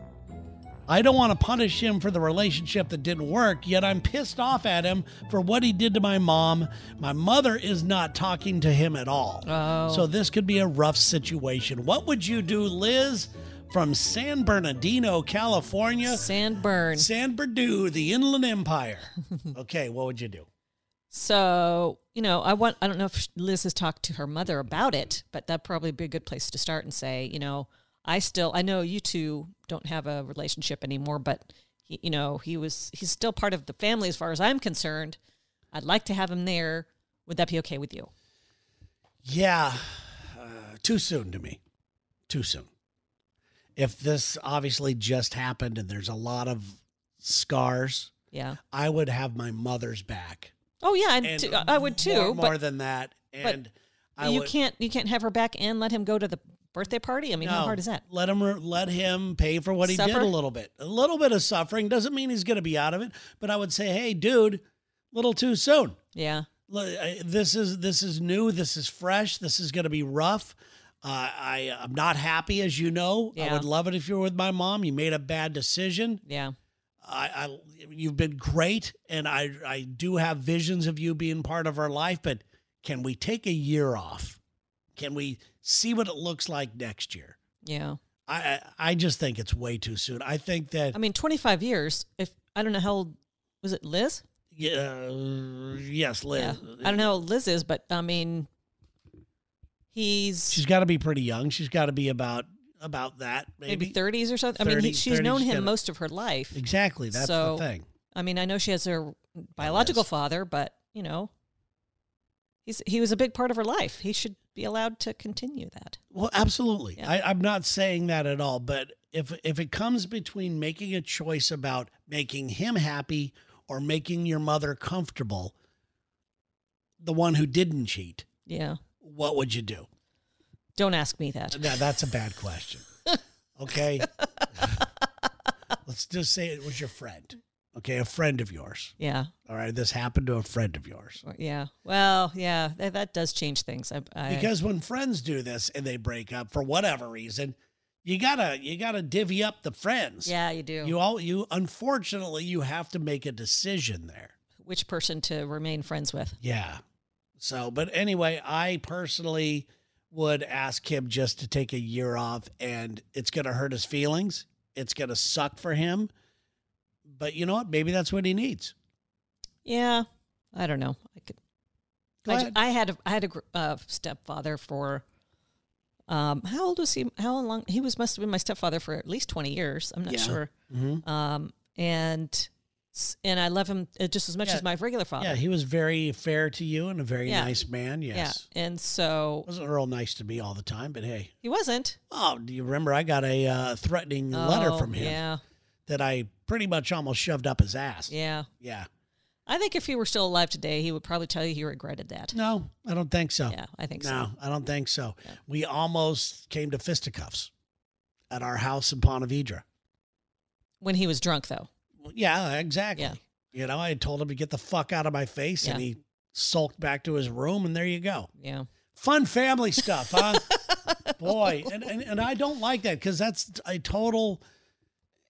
Speaker 2: I don't want to punish him for the relationship that didn't work, yet I'm pissed off at him for what he did to my mom. My mother is not talking to him at all.
Speaker 1: Oh.
Speaker 2: So this could be a rough situation. What would you do, Liz, from San Bernardino, California?
Speaker 1: Sandburn.
Speaker 2: San Berdu, the Inland Empire. Okay, what would you do?
Speaker 1: So, you know, I want I don't know if Liz has talked to her mother about it, but that'd probably be a good place to start and say, you know, I still I know you two don't have a relationship anymore, but he, you know, he was he's still part of the family as far as I'm concerned. I'd like to have him there. Would that be okay with you?
Speaker 2: Yeah, uh, too soon to me. Too soon. If this obviously just happened and there's a lot of scars,
Speaker 1: Yeah.
Speaker 2: I would have my mother's back.
Speaker 1: Oh yeah, I'd
Speaker 2: And
Speaker 1: too- I would too,
Speaker 2: More, more
Speaker 1: but
Speaker 2: than that, and I
Speaker 1: you
Speaker 2: would,
Speaker 1: can't you can't have her back and let him go to the birthday party. I mean, how
Speaker 2: no,
Speaker 1: hard is that?
Speaker 2: Let him re- let him pay for what he did
Speaker 1: Suffer?
Speaker 2: a little bit. A little bit of suffering doesn't mean he's going to be out of it. But I would say, hey, dude, little too soon.
Speaker 1: Yeah.
Speaker 2: Look, I- this is this is new. This is fresh. This is going to be rough. Uh, I I'm not happy, as you know. I
Speaker 1: Yeah.
Speaker 2: would love it if you were with my mom. You made a bad decision.
Speaker 1: Yeah.
Speaker 2: I, I you've been great, and I I do have visions of you being part of our life. But can we take a year off? Can we see what it looks like next year?
Speaker 1: Yeah.
Speaker 2: I I, I just think it's way too soon. I think that
Speaker 1: I mean, 25 years. If I don't know how old was it, Liz?
Speaker 2: yeah, yes,
Speaker 1: Yeah.
Speaker 2: Liz.
Speaker 1: I don't know how old Liz is, but I mean, he's
Speaker 2: She's got to be pretty young. She's got to be about about that
Speaker 1: maybe 30s or something. I mean,
Speaker 2: 30,
Speaker 1: he, she's
Speaker 2: 30s,
Speaker 1: known
Speaker 2: she's
Speaker 1: him
Speaker 2: gotta-
Speaker 1: most of her life.
Speaker 2: Exactly. That's
Speaker 1: So-
Speaker 2: the thing.
Speaker 1: I mean, I know she has her biological
Speaker 2: Yes.
Speaker 1: father, but you know, he's he was a big part of her life. He should be allowed to continue that.
Speaker 2: Well, absolutely.
Speaker 1: Yeah.
Speaker 2: I, I'm not saying that at all. But if if it comes between making a choice about making him happy or making your mother comfortable, the one who didn't cheat,
Speaker 1: Yeah.
Speaker 2: what would you do?
Speaker 1: Don't ask me that.
Speaker 2: Now that's a
Speaker 1: *laughs*
Speaker 2: bad question. Okay. Let's just say it was your friend. Okay, a friend of yours.
Speaker 1: Yeah.
Speaker 2: All right, this happened to a friend of yours.
Speaker 1: Or- Yeah. Well, yeah, that, that does change things. I, I,
Speaker 2: because when friends do this and they break up for whatever reason you gotta you gotta divvy up the friends
Speaker 1: yeah, you do.
Speaker 2: you all you unfortunately you have to make a decision there
Speaker 1: Which person to remain friends with?
Speaker 2: yeah so but anyway i personally would ask him just to take a year off and it's gonna hurt his feelings It's going to suck for him. But you know what? Maybe that's what he needs.
Speaker 1: Yeah, I don't know. I could.
Speaker 2: Go
Speaker 1: I,
Speaker 2: ahead.
Speaker 1: ju- I had a I had a gr- uh, stepfather for. Um, how old was he? How long he was? Must have been my stepfather for at least twenty years. I'm not
Speaker 2: Yeah.
Speaker 1: sure.
Speaker 2: Mhm.
Speaker 1: Um, and s- and I love him uh, just as much
Speaker 2: Yeah.
Speaker 1: as my regular father.
Speaker 2: Yeah, he was very fair to you and a very
Speaker 1: Yeah.
Speaker 2: nice man. Yes.
Speaker 1: Yeah, and so
Speaker 2: Wasn't real nice to me all the time, but hey.
Speaker 1: he wasn't.
Speaker 2: Oh, do you remember I got a uh, threatening letter
Speaker 1: Oh,
Speaker 2: from him
Speaker 1: Yeah,
Speaker 2: that I pretty much almost shoved up his ass?
Speaker 1: yeah.
Speaker 2: Yeah.
Speaker 1: I think if he were still alive today, he would probably tell you he regretted that.
Speaker 2: No, I don't think so.
Speaker 1: Yeah, I think
Speaker 2: Oh. no,
Speaker 1: so.
Speaker 2: I don't think so.
Speaker 1: Yeah.
Speaker 2: We almost came to fisticuffs at our house in Ponte Vedra.
Speaker 1: When he was drunk, though.
Speaker 2: Well, Yeah, exactly.
Speaker 1: Yeah.
Speaker 2: You know, I told him to get the fuck out of my face and
Speaker 1: Yeah.
Speaker 2: he sulked back to his room and there you go.
Speaker 1: Yeah.
Speaker 2: Fun family stuff, huh? *laughs* Boy, and, and, and I don't like that because that's a total,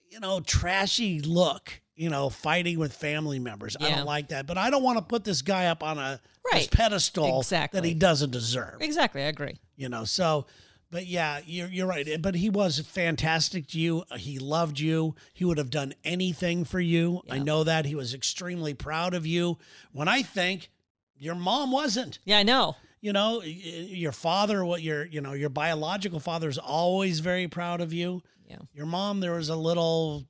Speaker 2: you know, trashy look, you know, fighting with family members. I
Speaker 1: Yeah.
Speaker 2: don't like that. But I don't want to put this guy up on a this
Speaker 1: Right.
Speaker 2: pedestal that
Speaker 1: Exactly.
Speaker 2: he doesn't deserve.
Speaker 1: Exactly. I agree.
Speaker 2: you know so but yeah you're, you're right but he was fantastic to you he loved you he would have done anything for you i
Speaker 1: Yeah.
Speaker 2: know that he was extremely proud of you when i think your mom wasn't
Speaker 1: Yeah, I know.
Speaker 2: you know y- y- your father what your you know your biological father is always very proud of you
Speaker 1: Yeah.
Speaker 2: your mom there was a little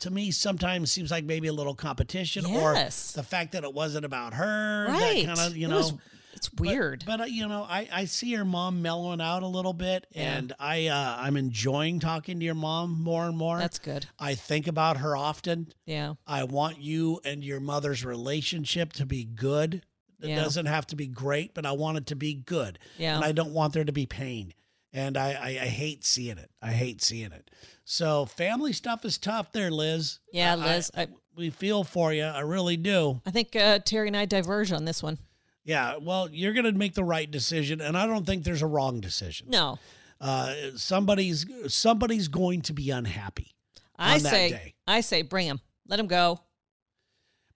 Speaker 2: to me sometimes seems like maybe a little competition
Speaker 1: Yes.
Speaker 2: or the fact that it wasn't about her
Speaker 1: Right.
Speaker 2: that kind of you
Speaker 1: It
Speaker 2: know
Speaker 1: was- it's
Speaker 2: but-
Speaker 1: weird.
Speaker 2: But, uh, you know, I, I see your mom mellowing out a little bit,
Speaker 1: Yeah.
Speaker 2: and I uh, I'm enjoying talking to your mom more and more.
Speaker 1: That's good.
Speaker 2: I think about her often.
Speaker 1: Yeah.
Speaker 2: I want you and your mother's relationship to be good. It
Speaker 1: Yeah.
Speaker 2: doesn't have to be great, but I want it to be good,
Speaker 1: Yeah.
Speaker 2: and I don't want there to be pain. And I, I I hate seeing it. I hate seeing it. So family stuff is tough, there, Liz.
Speaker 1: yeah,
Speaker 2: I- I-
Speaker 1: Liz. I, I,
Speaker 2: we feel for you. I really do.
Speaker 1: think uh, Terry and I diverge on this one.
Speaker 2: Yeah, well, you're going to make the right decision, and I don't think there's a wrong decision.
Speaker 1: No.
Speaker 2: Uh, somebody's somebody's going to be unhappy,
Speaker 1: I
Speaker 2: On that
Speaker 1: say
Speaker 2: day.
Speaker 1: I say bring him. Let him go.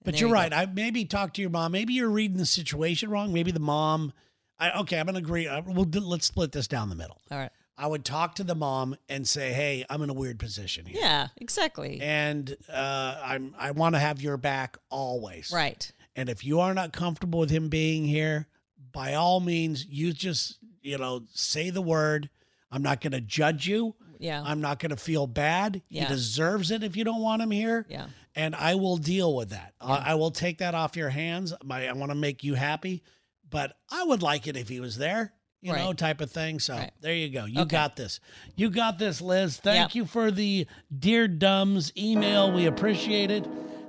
Speaker 1: And
Speaker 2: but
Speaker 1: there
Speaker 2: you're
Speaker 1: you go.
Speaker 2: right. I maybe talk to your mom. Maybe you're reading the situation wrong. Maybe the mom. I, okay, I'm going to agree. Uh, we'll do, let's split this down the middle.
Speaker 1: All right.
Speaker 2: I would talk to the mom and say, "Hey, I'm in a weird position here,
Speaker 1: Yeah, exactly.
Speaker 2: and uh, I'm I want to have your back always.
Speaker 1: Right.
Speaker 2: And if you are not comfortable with him being here, by all means, you just, you know, say the word. I'm not going to judge you.
Speaker 1: Yeah.
Speaker 2: I'm not going to feel bad.
Speaker 1: Yeah.
Speaker 2: He deserves it if you don't want him here.
Speaker 1: yeah.
Speaker 2: And I will deal with that. I, I will take that off your hands. My, I want to make you happy, but I would like it if he was there, you know,
Speaker 1: Right.
Speaker 2: type of thing. So
Speaker 1: Right.
Speaker 2: there you go. You
Speaker 1: Okay.
Speaker 2: got this. You got this, Liz.
Speaker 1: Yep.
Speaker 2: Thank you for the Dear Dumbs email. We appreciate it.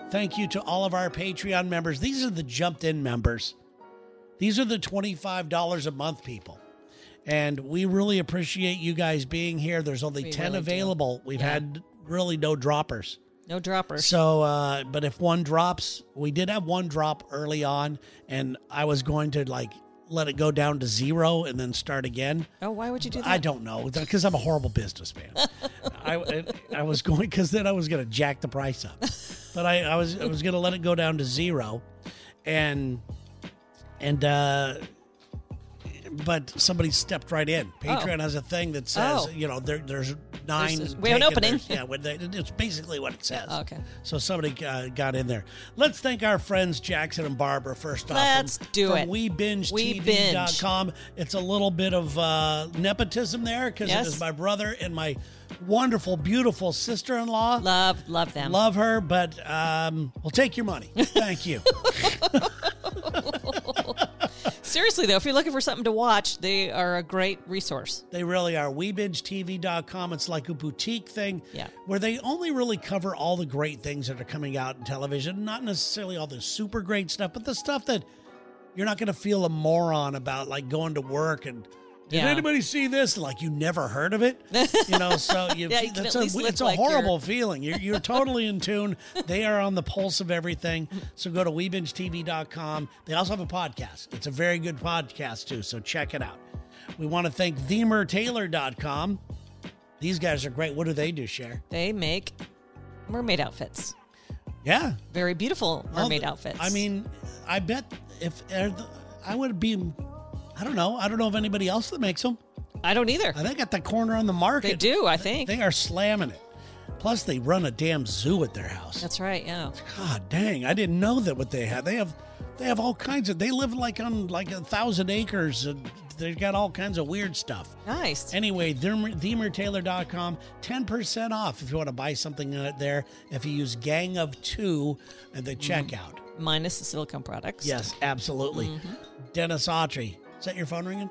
Speaker 2: Thank you to all of our Patreon members. These are the jumped in members. These are the $25 a month people. And we really appreciate you guys being here. There's only
Speaker 1: We really
Speaker 2: 10
Speaker 1: do.
Speaker 2: available. We've had really no droppers.
Speaker 1: No droppers.
Speaker 2: So, uh, but if one drops, we did have one drop early on, and I was going to like let it go down to zero and then start again.
Speaker 1: oh, why would you do that?
Speaker 2: I don't know because I'm a horrible businessman. I I was going because then I was going to jack the price up, but I, I was I was going to let it go down to zero, and and uh, but somebody stepped right in. Patreon has a thing that says
Speaker 1: Oh.
Speaker 2: you know there, there's nine.
Speaker 1: There's- we have an
Speaker 2: taken,
Speaker 1: opening. Oh,
Speaker 2: there's- Yeah, when they, it's basically what it says.
Speaker 1: Okay.
Speaker 2: So somebody uh, got in there. Let's thank our friends Jackson and Barbara first off.
Speaker 1: Let's
Speaker 2: from,
Speaker 1: do
Speaker 2: from
Speaker 1: it. We binge.
Speaker 2: WeBingeTV.com. Um, It's a little bit of uh, nepotism there because
Speaker 1: Yes.
Speaker 2: it is my brother and my wonderful, beautiful sister in law.
Speaker 1: love, love them.
Speaker 2: Love her, but um, we'll take your money.
Speaker 1: *laughs*
Speaker 2: Thank you.
Speaker 1: Seriously though, if you're looking for something to watch, they are a great resource.
Speaker 2: they really are. WeBingeTV.com. It's like a boutique thing
Speaker 1: Yeah.
Speaker 2: where they only really cover all the great things that are coming out in television, not necessarily all the super great stuff, but the stuff that you're not going to feel a moron about, like going to work and. Did
Speaker 1: Yeah.
Speaker 2: anybody see this? Like you never heard
Speaker 1: *laughs*
Speaker 2: of it, you know? So you,
Speaker 1: Yeah, you can
Speaker 2: that's
Speaker 1: at
Speaker 2: a,
Speaker 1: least look
Speaker 2: it's a
Speaker 1: like you're-
Speaker 2: horrible feeling. You're, you're totally in tune. They are on the pulse of everything. So go to WeBingeTV.com. They also have a podcast. It's a very good podcast too. So check it out. We want to thank TheMerTaylor.com. These guys are great. What do they do, Cher?
Speaker 1: They make mermaid outfits.
Speaker 2: Yeah,
Speaker 1: Very beautiful
Speaker 2: all
Speaker 1: mermaid
Speaker 2: the-
Speaker 1: outfits.
Speaker 2: I mean, I bet if er, I would be, I don't know. I don't know if anybody else that makes them.
Speaker 1: I don't either.
Speaker 2: They got the corner on the market.
Speaker 1: They do, I think.
Speaker 2: They are slamming it. Plus, they run a damn zoo at their house.
Speaker 1: That's right. Yeah.
Speaker 2: God dang, I didn't know that what they had. They have they have all kinds of they live like on like a thousand acres and they've got all kinds of weird stuff.
Speaker 1: Nice.
Speaker 2: Anyway, Themer- themertaylor.com, 10% off if you want to buy something uh, there if you use Gang of Two at the checkout.
Speaker 1: Minus the silicone products.
Speaker 2: Mm-hmm. Yes, absolutely. Dennis Autry. Is that your phone ringing?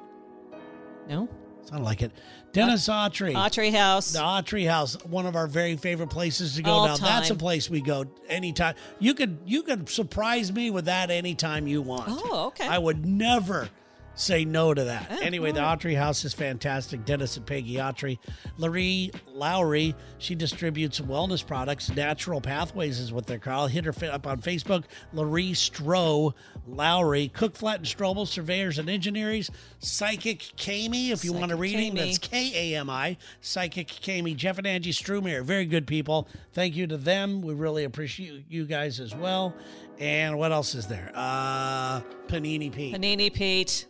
Speaker 1: No.
Speaker 2: Sounded like it. Dennis Autry.
Speaker 1: Autry House.
Speaker 2: The Autry House, one of our very favorite places to go.
Speaker 1: All
Speaker 2: now that's a
Speaker 1: time.
Speaker 2: place we go anytime. You could you could surprise me with that anytime you want.
Speaker 1: Oh, okay.
Speaker 2: I would never say no to that.
Speaker 1: Oh,
Speaker 2: anyway, the Autry House is fantastic. Dennis and Peggy Autry, Larry Lowry, she distributes wellness products. Natural Pathways is what they're called. Hit her fa- up on Facebook. Larry Stroh Lowry, Cook Flat and Strobel, Surveyors and Engineers, Psychic Kami. If you want a
Speaker 1: Psychic
Speaker 2: reading,
Speaker 1: Kami.
Speaker 2: that's K A M I, Psychic Kami, Jeff and Angie Strumier. Very good people. Thank you to them. We really appreciate you guys as well. And what else is there? Uh Panini P.
Speaker 1: Panini Pete.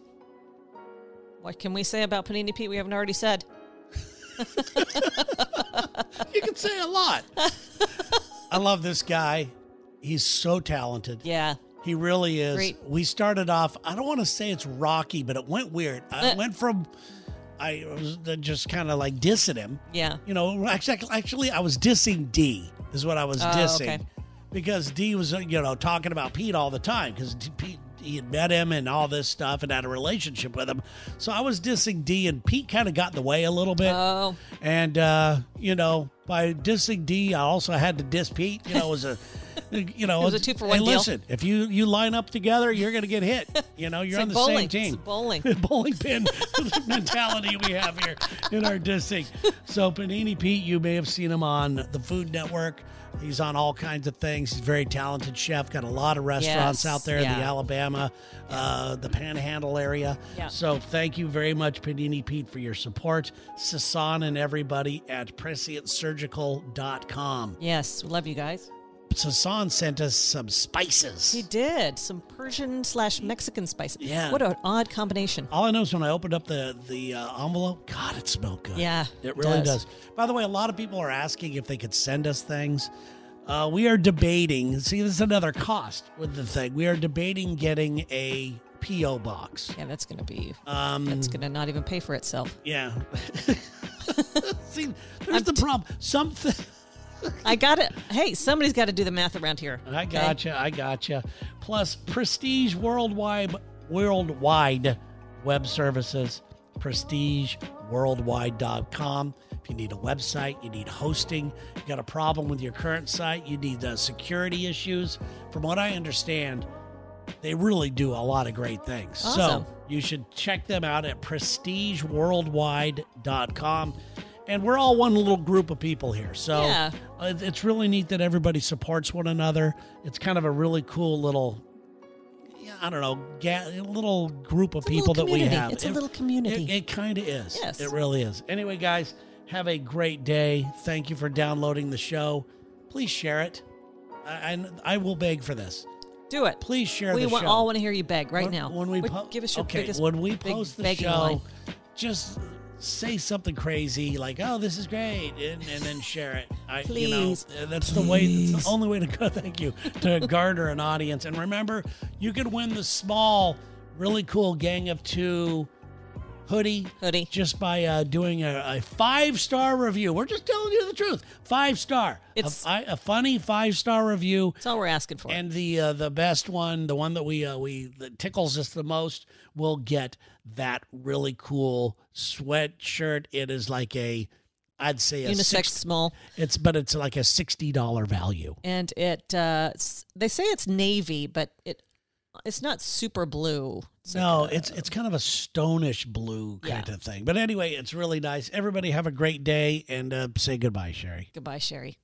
Speaker 1: What can we say about Panini Pete? We haven't already said.
Speaker 2: you can say
Speaker 1: *laughs*
Speaker 2: a lot. I love this guy. He's so talented.
Speaker 1: Yeah.
Speaker 2: He really is.
Speaker 1: Great.
Speaker 2: We started off, I don't want to say it's rocky, but it went weird. I
Speaker 1: Uh.
Speaker 2: went from, I was just kind of like dissing him.
Speaker 1: Yeah.
Speaker 2: You know, actually, actually, I was dissing D, is what I was
Speaker 1: Oh,
Speaker 2: dissing.
Speaker 1: okay.
Speaker 2: Because D was, uh, you know, talking about Pete all the time because Pete, he had met him and all this stuff and had a relationship with him. So I was dissing D, and Pete kind of got in the way a little bit.
Speaker 1: Oh,
Speaker 2: And uh, you know, by dissing D, I also had to diss Pete. You know, it was a
Speaker 1: *laughs*
Speaker 2: you know,
Speaker 1: It was a two-for-one
Speaker 2: Hey,
Speaker 1: deal.
Speaker 2: listen, if you you line up together, you're going to get hit. You know, you're
Speaker 1: like
Speaker 2: on the same
Speaker 1: bowling.
Speaker 2: team.
Speaker 1: It's
Speaker 2: *laughs*
Speaker 1: bowling.
Speaker 2: bowling pin mentality we have here in our dissing. So Panini Pete, you may have seen him on the Food Network. He's on all kinds of things. He's a very talented chef. Got a lot of restaurants
Speaker 1: Yes,
Speaker 2: out there in the
Speaker 1: yeah.
Speaker 2: Alabama, uh, the Panhandle area.
Speaker 1: Yeah.
Speaker 2: So thank you very much, Panini Pete, for your support. Sasan and everybody at prescientsurgical.com.
Speaker 1: yes. We love you guys.
Speaker 2: Sasan sent us some spices.
Speaker 1: He did some Persian slash Mexican spices.
Speaker 2: Yeah.
Speaker 1: What an odd combination.
Speaker 2: All I know is when I opened up the the uh, envelope, God, it smelled good.
Speaker 1: Yeah,
Speaker 2: it
Speaker 1: it
Speaker 2: really does.
Speaker 1: does.
Speaker 2: By the way, a lot of people are asking if they could send us things. Uh, we are debating. See, this is another cost with the thing. We are debating getting a PO box.
Speaker 1: Yeah, that's gonna be.
Speaker 2: Um,
Speaker 1: That's gonna not even pay for itself.
Speaker 2: yeah. *laughs* see, there's the problem. Something.
Speaker 1: I got it. Hey, somebody's got to do the math around here.
Speaker 2: I
Speaker 1: okay?
Speaker 2: gotcha. I gotcha. Plus, Prestige Worldwide Worldwide Web Services, prestigeworldwide.com. If you need a website, you need hosting, you got a problem with your current site, you need uh, security issues. From what I understand, they really do a lot of great things.
Speaker 1: Awesome.
Speaker 2: So you should check them out at prestigeworldwide.com. And we're all one little group of people here. So
Speaker 1: Yeah.
Speaker 2: uh, it's really neat that everybody supports one another. It's kind of a really cool little, yeah, I don't know, ga- little group of
Speaker 1: a
Speaker 2: people
Speaker 1: little
Speaker 2: that we
Speaker 1: community.
Speaker 2: have.
Speaker 1: It's a little community.
Speaker 2: It, kind of is.
Speaker 1: Yes.
Speaker 2: It really is. Anyway, guys, have a great day. Thank you for downloading the show. Please share it. I, I, I will beg for this.
Speaker 1: Do it.
Speaker 2: Please share
Speaker 1: We
Speaker 2: the
Speaker 1: want,
Speaker 2: show.
Speaker 1: all want to hear you beg right
Speaker 2: When-
Speaker 1: now.
Speaker 2: When we
Speaker 1: What-
Speaker 2: po-
Speaker 1: give us your
Speaker 2: okay,
Speaker 1: biggest
Speaker 2: when we
Speaker 1: big
Speaker 2: post the
Speaker 1: begging
Speaker 2: show,
Speaker 1: line.
Speaker 2: just say something crazy like, "Oh, this is great," and, and then share it. I,
Speaker 1: Please.
Speaker 2: you know, uh, that's the way. That's the only way to go. *laughs* Thank you to garner an audience. And remember, you can win the small, really cool gang of two hoodie
Speaker 1: Hoodie.
Speaker 2: just by uh, doing a, a five star review. We're just telling you the truth. Five star.
Speaker 1: It's-
Speaker 2: a, a funny five star review.
Speaker 1: That's all we're asking for.
Speaker 2: And the uh, the best one, the one that we uh, we that tickles us the most, will get that really cool sweatshirt. It is like a, I'd say a
Speaker 1: Unisex
Speaker 2: six,
Speaker 1: small.
Speaker 2: It's but it's like a sixty dollar value.
Speaker 1: and it uh s- they say it's navy but it it's not super blue It's like
Speaker 2: no,
Speaker 1: a-
Speaker 2: it's it's kind of a stonish blue kind
Speaker 1: Yeah.
Speaker 2: of thing. But anyway, it's really nice. Everybody have a great day and uh, say goodbye, Sherry.
Speaker 1: goodbye sherry